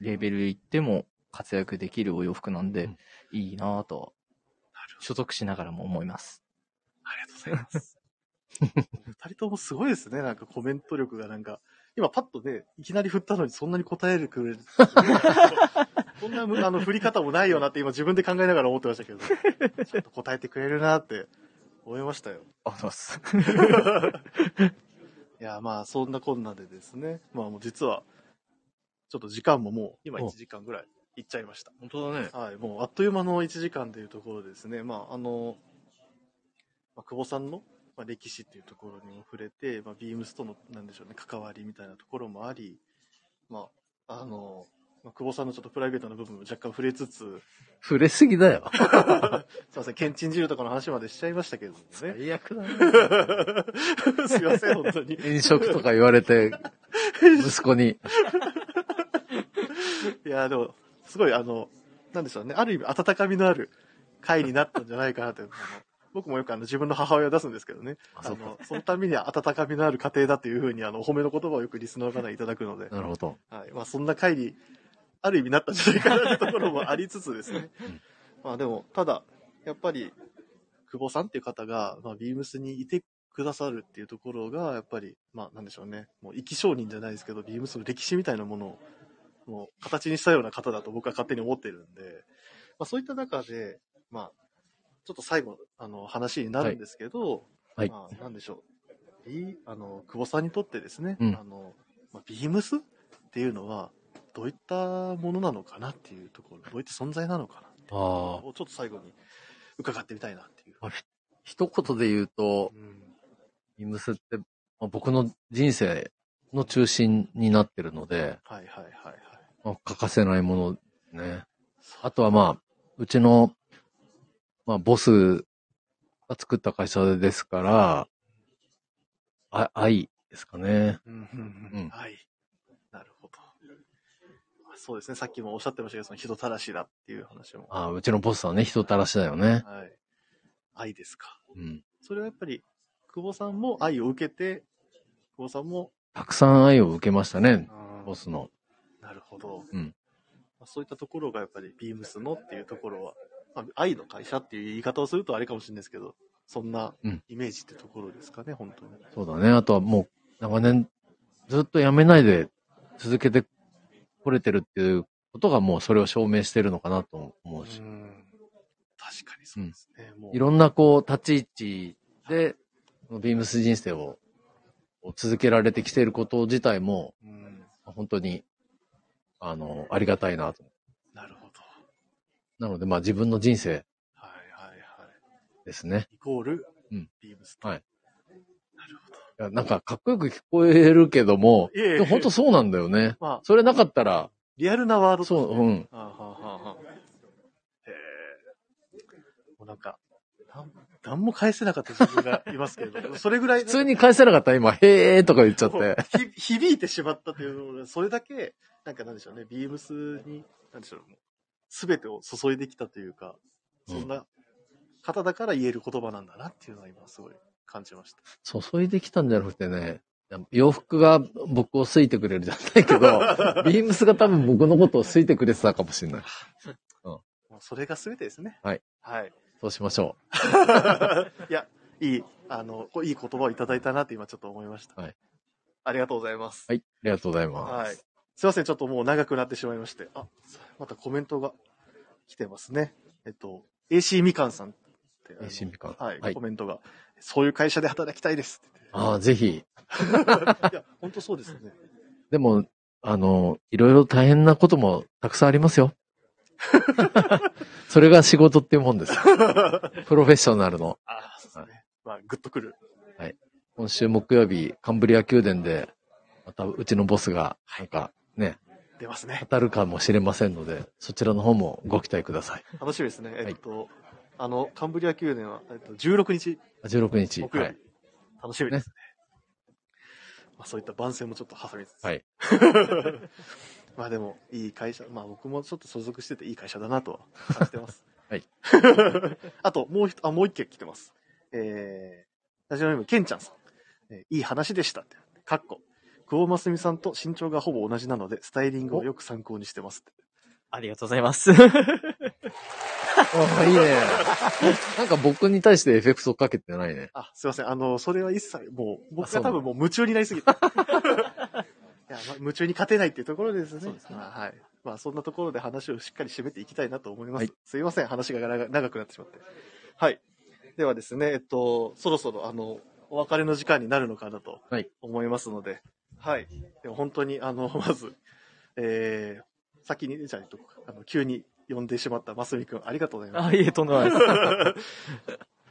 D: レベル行っても活躍できるお洋服なんで、いいなぁとは、所属しながらも思います。
A: ありがとうございます。二人ともすごいですね。なんかコメント力がなんか、今パッとね、いきなり振ったのにそんなに答えてくれる。 そんなむあの振り方もないよなって今自分で考えながら思ってましたけど、ちょっと答えてくれるなって思いましたよ。
E: ありがとうございます。
A: いや、まあそんなこんなでですね、まあもう実は、ちょっと時間ももう今1時間ぐらいいっちゃいました。
E: 本当だね。
A: はい、もうあっという間の1時間というところですね、まああのまあ、久保さんの、まあ、歴史っていうところにも触れて、まあ、ビームスとのなんでしょう、ね、関わりみたいなところもあり、まああのまあ、久保さんのちょっとプライベートな部分も若干触れつつ、
C: 触れすぎだよ。
A: すいません、けんちん汁とかの話までしちゃいましたけれどもね。
E: 最悪だね。
A: すいません、本当に。
C: 飲食とか言われて、息子に。
A: いや、でも、すごい、あの、なんでしょうね、ある意味、温かみのある回になったんじゃないかなという。あの僕もよくあの自分の母親を出すんですけどね。
C: あ
A: あ
C: そう
A: の、そのためには温かみのある家庭だというふうに、あの、お褒めの言葉をよくリスナーからいただくので、
C: なるほど。
A: はい。まあ、そんな回に、ある意味なったんじゃないかなというところもありつつです ね
C: ん。
A: まあ、でも、ただ、やっぱり、久保さんっていう方が、まあ、ビームスにいてくださるっていうところが、やっぱり、まあ、なんでしょうね。もう、生き証人じゃないですけど、ビームスの歴史みたいなものを、もう、形にしたような方だと僕は勝手に思ってるんで、まあ、そういった中で、まあ、ちょっと最後、あの、話になるんですけど、
C: はい
A: まあ、なんでしょう。ビーあの、久保さんにとってですね、
C: うん
A: あの、まあ、ビームスっていうのは、どういったものなのかなっていうところ、どういった存在なのかなっていうとこ
C: あ
A: ろをちょっと最後に伺ってみたいなっていう。
C: あ。一言で言うと、
A: うん
C: ビームスって、まあ僕の人生の中心になってるので、
A: はいはいはいはい。
C: まあ欠かせないものですね。あとはまあ、うちの、まあ、ボスが作った会社ですから、あ愛ですかね。
A: うん
C: うんうん
A: はい。なるほど。まあそうですね、さっきもおっしゃってましたけど、その人たらしだっていう話も。
C: あうちのボスはね、人たらしだよね。
A: はい。愛ですか。
C: うん。
A: それはやっぱり、久保さんも愛を受けて、久保さんも、
C: たくさん愛を受けましたね、ボスの。
A: なるほど。
C: うん
A: まあそういったところがやっぱりビームスのっていうところは、まあ、愛の会社っていう言い方をするとあれかもしれないですけど、そんな
C: うん
A: イメージってところですかね、本当に。
C: そうだね。あとはもう、長年、ずっとやめないで続けてこれてるっていうことがもうそれを証明してるのかなと思うし
A: う。ん確かにそうですね。もう
C: いろんなこう、立ち位置で、このビームス人生をを続けられてきていること自体も、
A: うん
C: 本当に、あの、ありがたいなと。
A: なるほど。
C: なので、まあ自分の人生
A: はいはいはい。
C: ですね。
A: イコール、
C: うん
A: ビームス。
C: はい。
A: なるほど。
C: いやなんかかっこよく聞こえるけども、
A: いえいえ
C: でも本当そうなんだよね。
A: まあ、
C: それなかったら、
A: リアルなワードとして
C: そう、うん。
A: はあ、はあはあはあ、へえ。もうなんか、なん何も返せなかった自分がいますけれど、それぐらい、
C: 普通に返せなかったら今、へえーとか言っちゃっ
A: こう
C: て。
A: ひ 響いてしまったというのが、それだけ、なんかなんでしょうね、ビームスに、なんでしょう、すべてを注いできたというか、そんな方だから言える言葉なんだなっていうのは今すごい感じました。
C: 注いできたんじゃなくてね、洋服が僕を好いてくれるじゃないけ ど、ビームスが多分僕のことを好いてくれてたかもしれない。
A: もうそれがすべてですね。
C: はい。
A: はい。
C: そうしましょ
A: いや、いい、あの、こういい言葉をいただいたなって今ちょっと思いました。
C: はい。
A: ありがとうございます。
C: う。はい。ありがとうございます。
A: はい。すいません、ちょっともう長くなってしまいまして。あ、またコメントが来てますね。えっと、AC みかんさんって。あの
C: AC みかん
A: はい、
C: はい
A: コメントが。そういう会社で働きたいですって
C: ああ、ぜひ。
A: いや、本当そうですよね。
C: でも、あの、いろいろ大変なこともたくさんあり ますよ。それが仕事っていうもんですよ。プロフェッショナルの。
A: ああ、そうですね。まあ、グッとくる。
C: 今週木曜日、カンブリア宮殿で、またうちのボスが、なんかね、
A: 出ますね
C: 当。 たるかもしれませんので、そちらの方もご期待ください。
A: 楽しみですね。
C: い
A: えっと、あの、カンブリア宮殿は、えっと、16日、
C: 16日。
A: 木曜
C: は
A: 日
C: い。
A: 楽しみですね。まあ、そういった番宣もちょっと挟みつつ。
C: はい。
A: まあでも、いい会社、まあ僕もちょっと所属してていい会社だなとは感じてます。
C: はい。
A: あと、もう一、あ、もう一件来てます。えー、ラジオネーム、ケンちゃんさん。えーいい話でしたって。かっこ。久保真澄さんと身長がほぼ同じなので、スタイリングをよく参考にしてますって。
D: ありがとうございます。
C: ああ、いいね。 なんか僕に対してエフェクトかけてないね。
A: あ、すいません。あの、それは一切、もう、僕
C: あそ
A: が
C: うな
A: 多
C: の
A: 分もう夢中になりすぎて。いや、まあ、夢中に勝てないっていうところですね。
D: そうですね
A: まあ、はい。まあ、そんなところで話をしっかり締めていきたいなと思います。
C: はい
A: すいません、話が長長くなってしまって。はい。ではですね、えっと、そろそろ、あの、お別れの時間になるのかなと
C: はい
A: 思いますので、はい。でも本当に、あの、 まず、えー、先に、じゃあ、えっとあの急に呼んでしまったますみくん、ありがとうございます。
D: あ、いえ、とんでも ないです。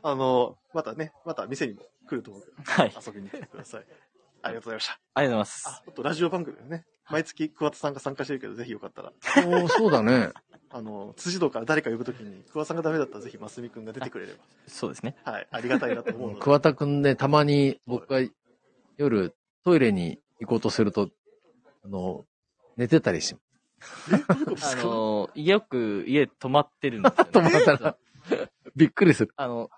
A: あの、またね、また店にも来ると思うから
D: はい。
A: 遊びに来てください。 ありがとうございました。
D: ありがとうございます。
A: あとラジオ番組ね、毎月桑田さんが参加してるけど、ぜひよかったら、
C: おーそうだね。
A: あの、辻堂から誰か呼ぶときに、桑田さんがダメだったらぜひ、ますみくんが出てくれれ
D: そうですね。
A: ば、はい、ありがたいなと思う ので、
C: 桑田くんね、たまに僕が夜トイレに行こうとすると、あの、寝てた りし、
D: あ の、よく家 泊まってるんですよ、ね。
C: 泊まったらびっくりする。
D: あの、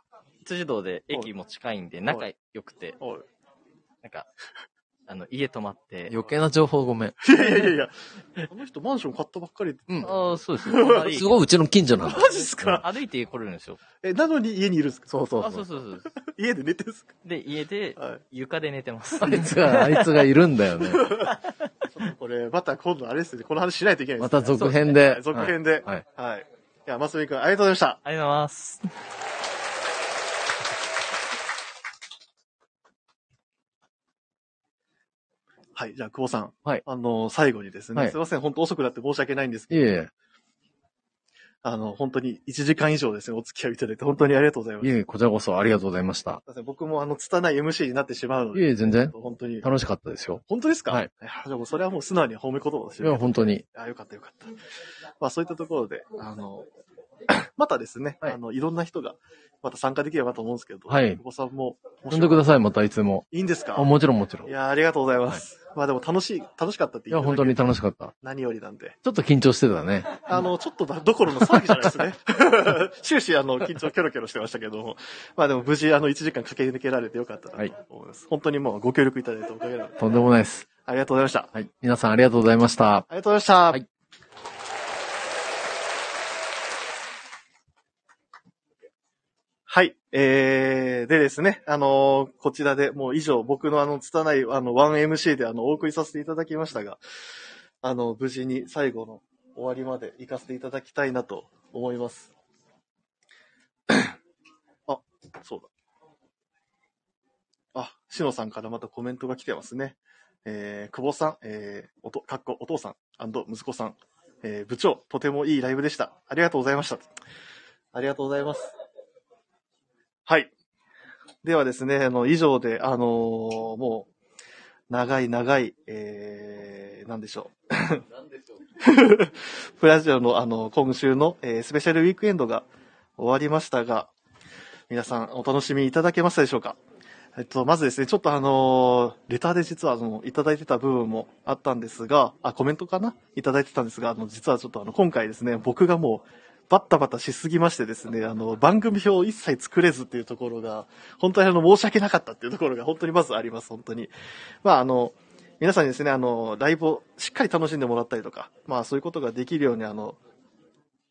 D: 辻堂で駅も近いんで、仲良くて、
A: おい
D: なんか、あの、家泊まって、
C: 余計な情報ごめん。
A: いやいやいやいや、あの人マンション買ったばっかりって、
C: うん。
D: ああ、そうですね。隣
C: すごいうちの近所なんだ。
A: マジっすか
D: 歩いて来れるんですよ。
A: え、なのに家にいるんですか
C: そうそう
D: あ、
C: そ
D: そう
C: う。
D: そうそう。
A: 家で寝てるんですか
D: で、家で、
A: はい。
D: 床で寝てます。
C: あいつ が、あいつがいるんだよね。
A: ちょっとこれ、また今度あれですね、この話しないといけないで、
C: ます
A: ね。
C: た 続編で。
A: はい続編で。
C: は
A: はいい。はい。いや、ますみくん、ありがとうございました。
D: ありがとうございます。
A: はい、じゃあ、久保さん。
C: はい
A: あの、最後にですね、
C: はい
A: すいません、本当遅くなって申し訳ないんですけ
C: い
A: ど、
C: えいえ、
A: あの、本当に1時間以上ですね、お付き合いいただいて、本当にありがとうございます。
C: い
A: すい
C: えいえ、こちらこそありがとうございました。
A: ません、僕もあの、拙い MC になってしまうの
C: いえい
A: で、
C: え、全然
A: 本当に。
C: 楽しかったですよ。
A: 本当ですか
C: はい
A: やでもそれはもう素直に褒め言葉をして
C: いや、本当に。
A: あ、よかったよかった。まあそういったところで、あの、 またですね、
C: はい
A: あの、いろんな人が、また参加できればと思うんですけど、
C: はい
A: 久保さんも、
C: 呼んでくだ
A: い。
C: さい、またいつも。
A: いいんですか
C: あ、もちろんもちろん。
A: い
C: い
A: や、ありがとうございます。まあでも楽しい、楽しかったって言
C: や、
A: って
C: 本当に楽しかった。
A: 何よりなんで。
C: ちょっと緊張してたね。
A: あの、ちょっとだどころの騒ぎじゃないですね。 終始、あの、緊張キョロキョロしてましたけども。まあでも無事、あの、1時間駆け抜けられてよかったなと思います。本当にもうご協力いただいたおかげなので、
C: とんでもないです。
A: ありがとうございました。
C: はい。皆さんありがとうございました。
A: ありがとうございました。
C: はい
A: はい。えー、でですね、あのーこちらでもう以上、僕のあの、拙い、あの、1MC であの、お送りさせていただきましたが、あの、無事に最後の終わりまで行かせていただきたいなと思います。 あ、そうだ。あ、しのさんからまたコメントが来てますね。えー、久保さん、えー、おと、かっこお父さん息子さん、えー、部長、とてもいいライブでした。ありがとうございました。ありがとうございます。はい。ではですね、あの、以上で、あのーもう、長い長い、えー、なんでしょ う。プラジオの、あの、今週の、えースペシャルウィークエンドが終わりましたが、皆さんお楽しみいただけましたでしょうかえっと、まずですね、ちょっとあのーレターで実はあの、いただいてた部分もあったんですが、あ、コメントかないただいてたんですが、あの、実はちょっとあの、今回ですね、僕がもう、バッタバタしすぎましてですね、あの、番組表を一切作れずっていうところが、本当にあの、申し訳なかったっていうところが、本当にまずあります、本当に。まあ、あの、皆さんにですね、あの、ライブをしっかり楽しんでもらったりとか、まあ、そういうことができるように、あの、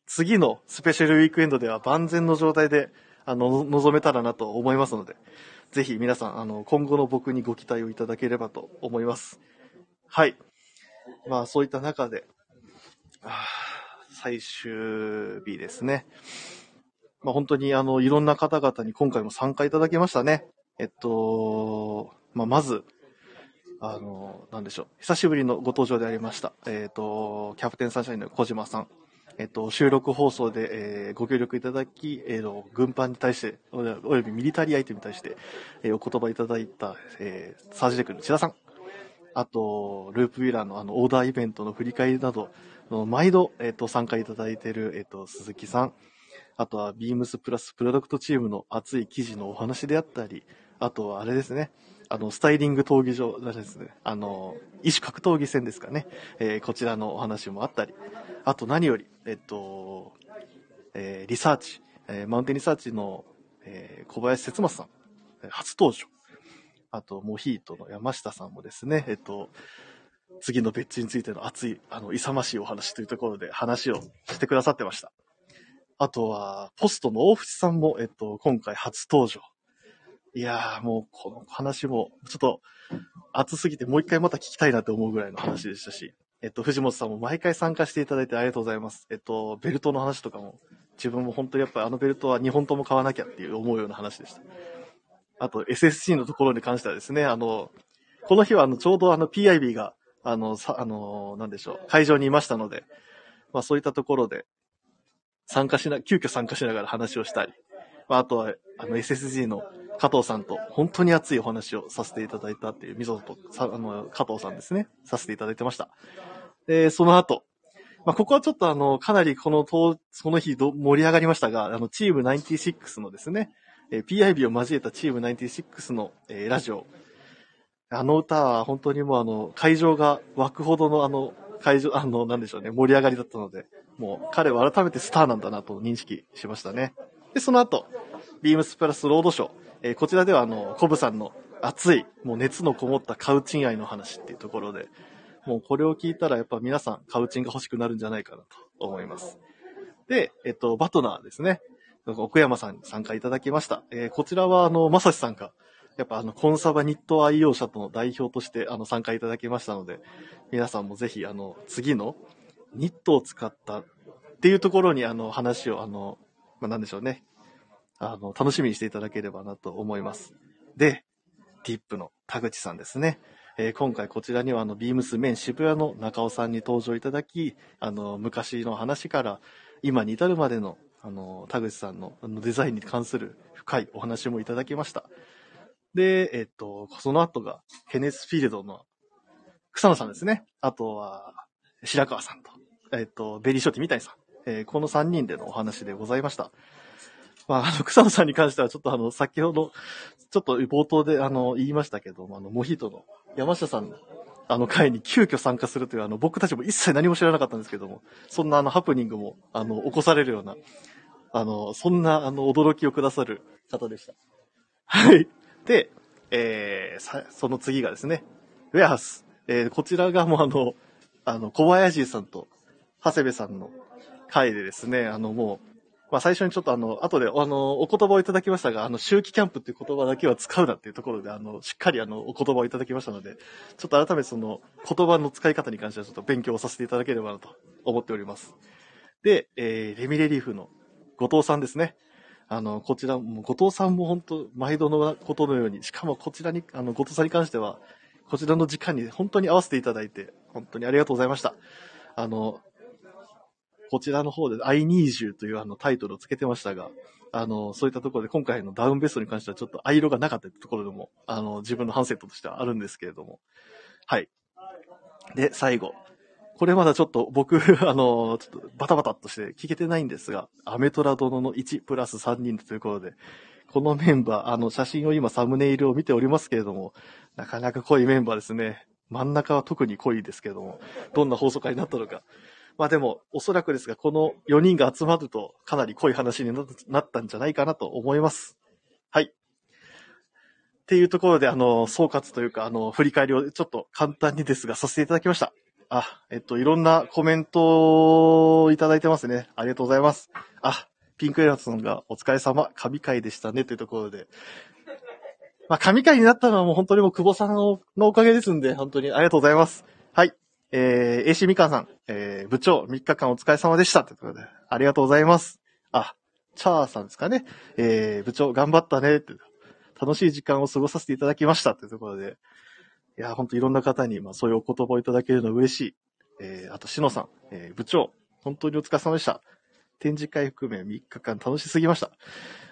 A: 次のスペシャルウィークエンドでは万全の状態で、あの、臨めたらなと思いますので、ぜひ皆さん、あの、今後の僕にご期待をいただければと思います。はい。まあ、そういった中で、あー最終日ですね。まあ、本当に、あの、いろんな方々に今回も参加いただきましたね。えっと、まあ、まず、あの、なんでしょう。久しぶりのご登場でありました。えっと、キャプテンサンシャインの小島さん。えっと、収録放送で、えーご協力いただき、えーの軍艦に対して、およおよびミリタリーアイテムに対して、えーお言葉いただいた、えーサージデックの千田さん。あと、ループウィーラーのあの、オーダーイベントの振り返りなど、あの毎度、えっ、と、参加いただいている、えっ、と、鈴木さん。あとは、ビームスプラスプロダクトチームの熱い記事のお話であったり、あとは、あれですね。あの、スタイリング闘技場、あれですね。あの、異種格闘技戦ですかね。えーこちらのお話もあったり、あと何より、えっ、と、えーリサーチ、えーマウンテンリサーチの、えー小林節正さん、えー初登場。あと、モヒートの山下さんもですね、えっと、次の別地についての熱い、あの、勇ましいお話というところで話をしてくださってました。あとは、ポストの大淵さんも、えっと、今回初登場。いやー、もう、この話も、ちょっと、熱すぎてもう一回また聞きたいなって思うぐらいの話でしたし、えっと、藤本さんも毎回参加していただいてありがとうございます。えっと、ベルトの話とかも、自分も本当にやっぱりあのベルトは2本とも買わなきゃっていう思うような話でした。あと、SSC のところに関してはですね、あの、この日はあの、ちょうどあの PIB が、あの、さ、あの、なんでしょう、会場にいましたので、まあそういったところで、参加しな、急遽参加しながら話をしたり、まああとは、あの、SSG の加藤さんと本当に熱いお話をさせていただいたっていう、みぞとさあの加藤さんですね、させていただいてました。で、その後、まあ、ここはちょっとあの、かなりこの当、その日ど盛り上がりましたが、あの、チーム96のですね、えー PIB を交えたチーム96の、えーラジオ。あの歌は本当にもうあの、会場が湧くほどのあの、会場、あ の、なんでしょうね、盛り上がりだったので、もう彼は改めてスターなんだなと認識しましたね。で、その後、ビームスプラスロードショー。えーこちらでは、あの、コブさんの熱い、もう熱のこもったカウチン愛の話っていうところで、もうこれを聞いたらやっぱ皆さんカウチンが欲しくなるんじゃないかなと思います。で、えっと、バトナーですね。奥山さんに参加いただきました。えーこちらは、あの、まさしさんが、やっぱあの、コンサバニット愛用者との代表として、あの、参加いただきましたので、皆さんもぜひ、あの、次のニットを使ったっていうところに、あの、話を、あの、まあ、なんでしょうね。あの、楽しみにしていただければなと思います。で、ティップの田口さんですね。えー今回こちらにはあの、ビームスメン渋谷の中尾さんに登場いただき、あの、昔の話から今に至るまでの、あの、田口さんのあのデザインに関する深いお話もいただきました。で、えっと、その後が、ヘネスフィールドの草野さんですね。あとは、白川さんと、えっと、ベリーショーティー三谷さん。えーこの3人でのお話でございました。まあ、あの、草野さんに関しては、ちょっとあの、先ほど、ちょっと冒頭であの、言いましたけども、あの、モヒートの山下さんの、あの会に急遽参加するという、あの、僕たちも一切何も知らなかったんですけども、そんなあの、ハプニングも、あの、起こされるような、あの、そんな、あの、驚きをくださる方でした。はい。で、えー、さ、その次がですね、ウェアハウス。えー、こちらがもうあの、あの、小林さんと、長谷部さんの会でですね、あの、もう、まあ、最初にちょっとあの、後で、あの、お言葉をいただきましたが、あの、周期キャンプっていう言葉だけは使うなっていうところで、あの、しっかりあの、お言葉をいただきましたので、ちょっと改めてその、言葉の使い方に関してはちょっと勉強をさせていただければなと思っております。で、えーレミレリーフの後藤さんですね。あの、こちら、もう後藤さんも本当毎度のことのように、しかもこちらに、あの、後藤さんに関しては、こちらの時間に本当に合わせていただいて、本当にありがとうございました。あの、こちらの方で I need you というあのタイトルをつけてましたが、あの、そういったところで今回のダウンベストに関してはちょっと色がなかったところでも、あの、自分の反省としてはあるんですけれども。はい。で、最後。これまだちょっと僕、 あの、ちょっとバタバタっとして聞けてないんですが、アメトラ殿の1プラス3人ということで、このメンバー、あの、写真を今サムネイルを見ておりますけれども、なかなか濃いメンバーですね。真ん中は特に濃いですけれども、どんな放送会になったのか、まあでも、おそらくですが、この4人が集まると、かなり濃い話にななったんじゃないかなと思います。はい。っていうところで、あの、総括というか、あの、振り返りをちょっと簡単にですが、させていただきました。あ、えっと、いろんなコメントをいただいてますね。ありがとうございます。あ、ピンクエラさんがお疲れ様、神回でしたね、というところで。まあ、神回になったのはもう本当にもう久保さんのおかげですんで、本当にありがとうございます。はい。えー、AC みかんさん、えー、部長、3日間お疲れ様でした。ということで、ありがとうございます。あ、チャーさんですかね。えー、部長、頑張ったね。って楽しい時間を過ごさせていただきました。というところで、いや、本当いろんな方に、まあ、そういうお言葉をいただけるのは嬉しい。えー、あと、しのさん、えー、部長、本当にお疲れ様でした。展示会含め3日間楽しすぎました。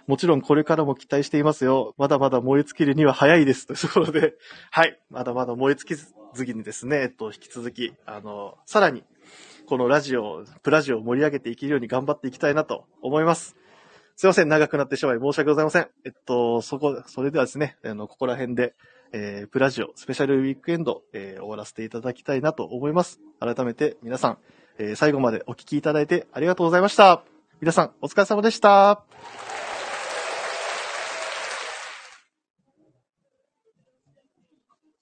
A: もちろんこれからも期待していますよ。まだまだ燃え尽きるには早いです。というところで、はい。まだまだ燃え尽きずにですね、えっと、引き続き、あの、さらに、このラジオ、プラジオを盛り上げていけるように頑張っていきたいなと思います。すいません、長くなってしまい申し訳ございません。えっと、そこ、それではですね、あの、ここら辺で、えー、プラジオ、スペシャルウィークエンド、えー終わらせていただきたいなと思います。改めて皆さん、えー最後までお聞きいただいてありがとうございました。皆さん、お疲れ様でした。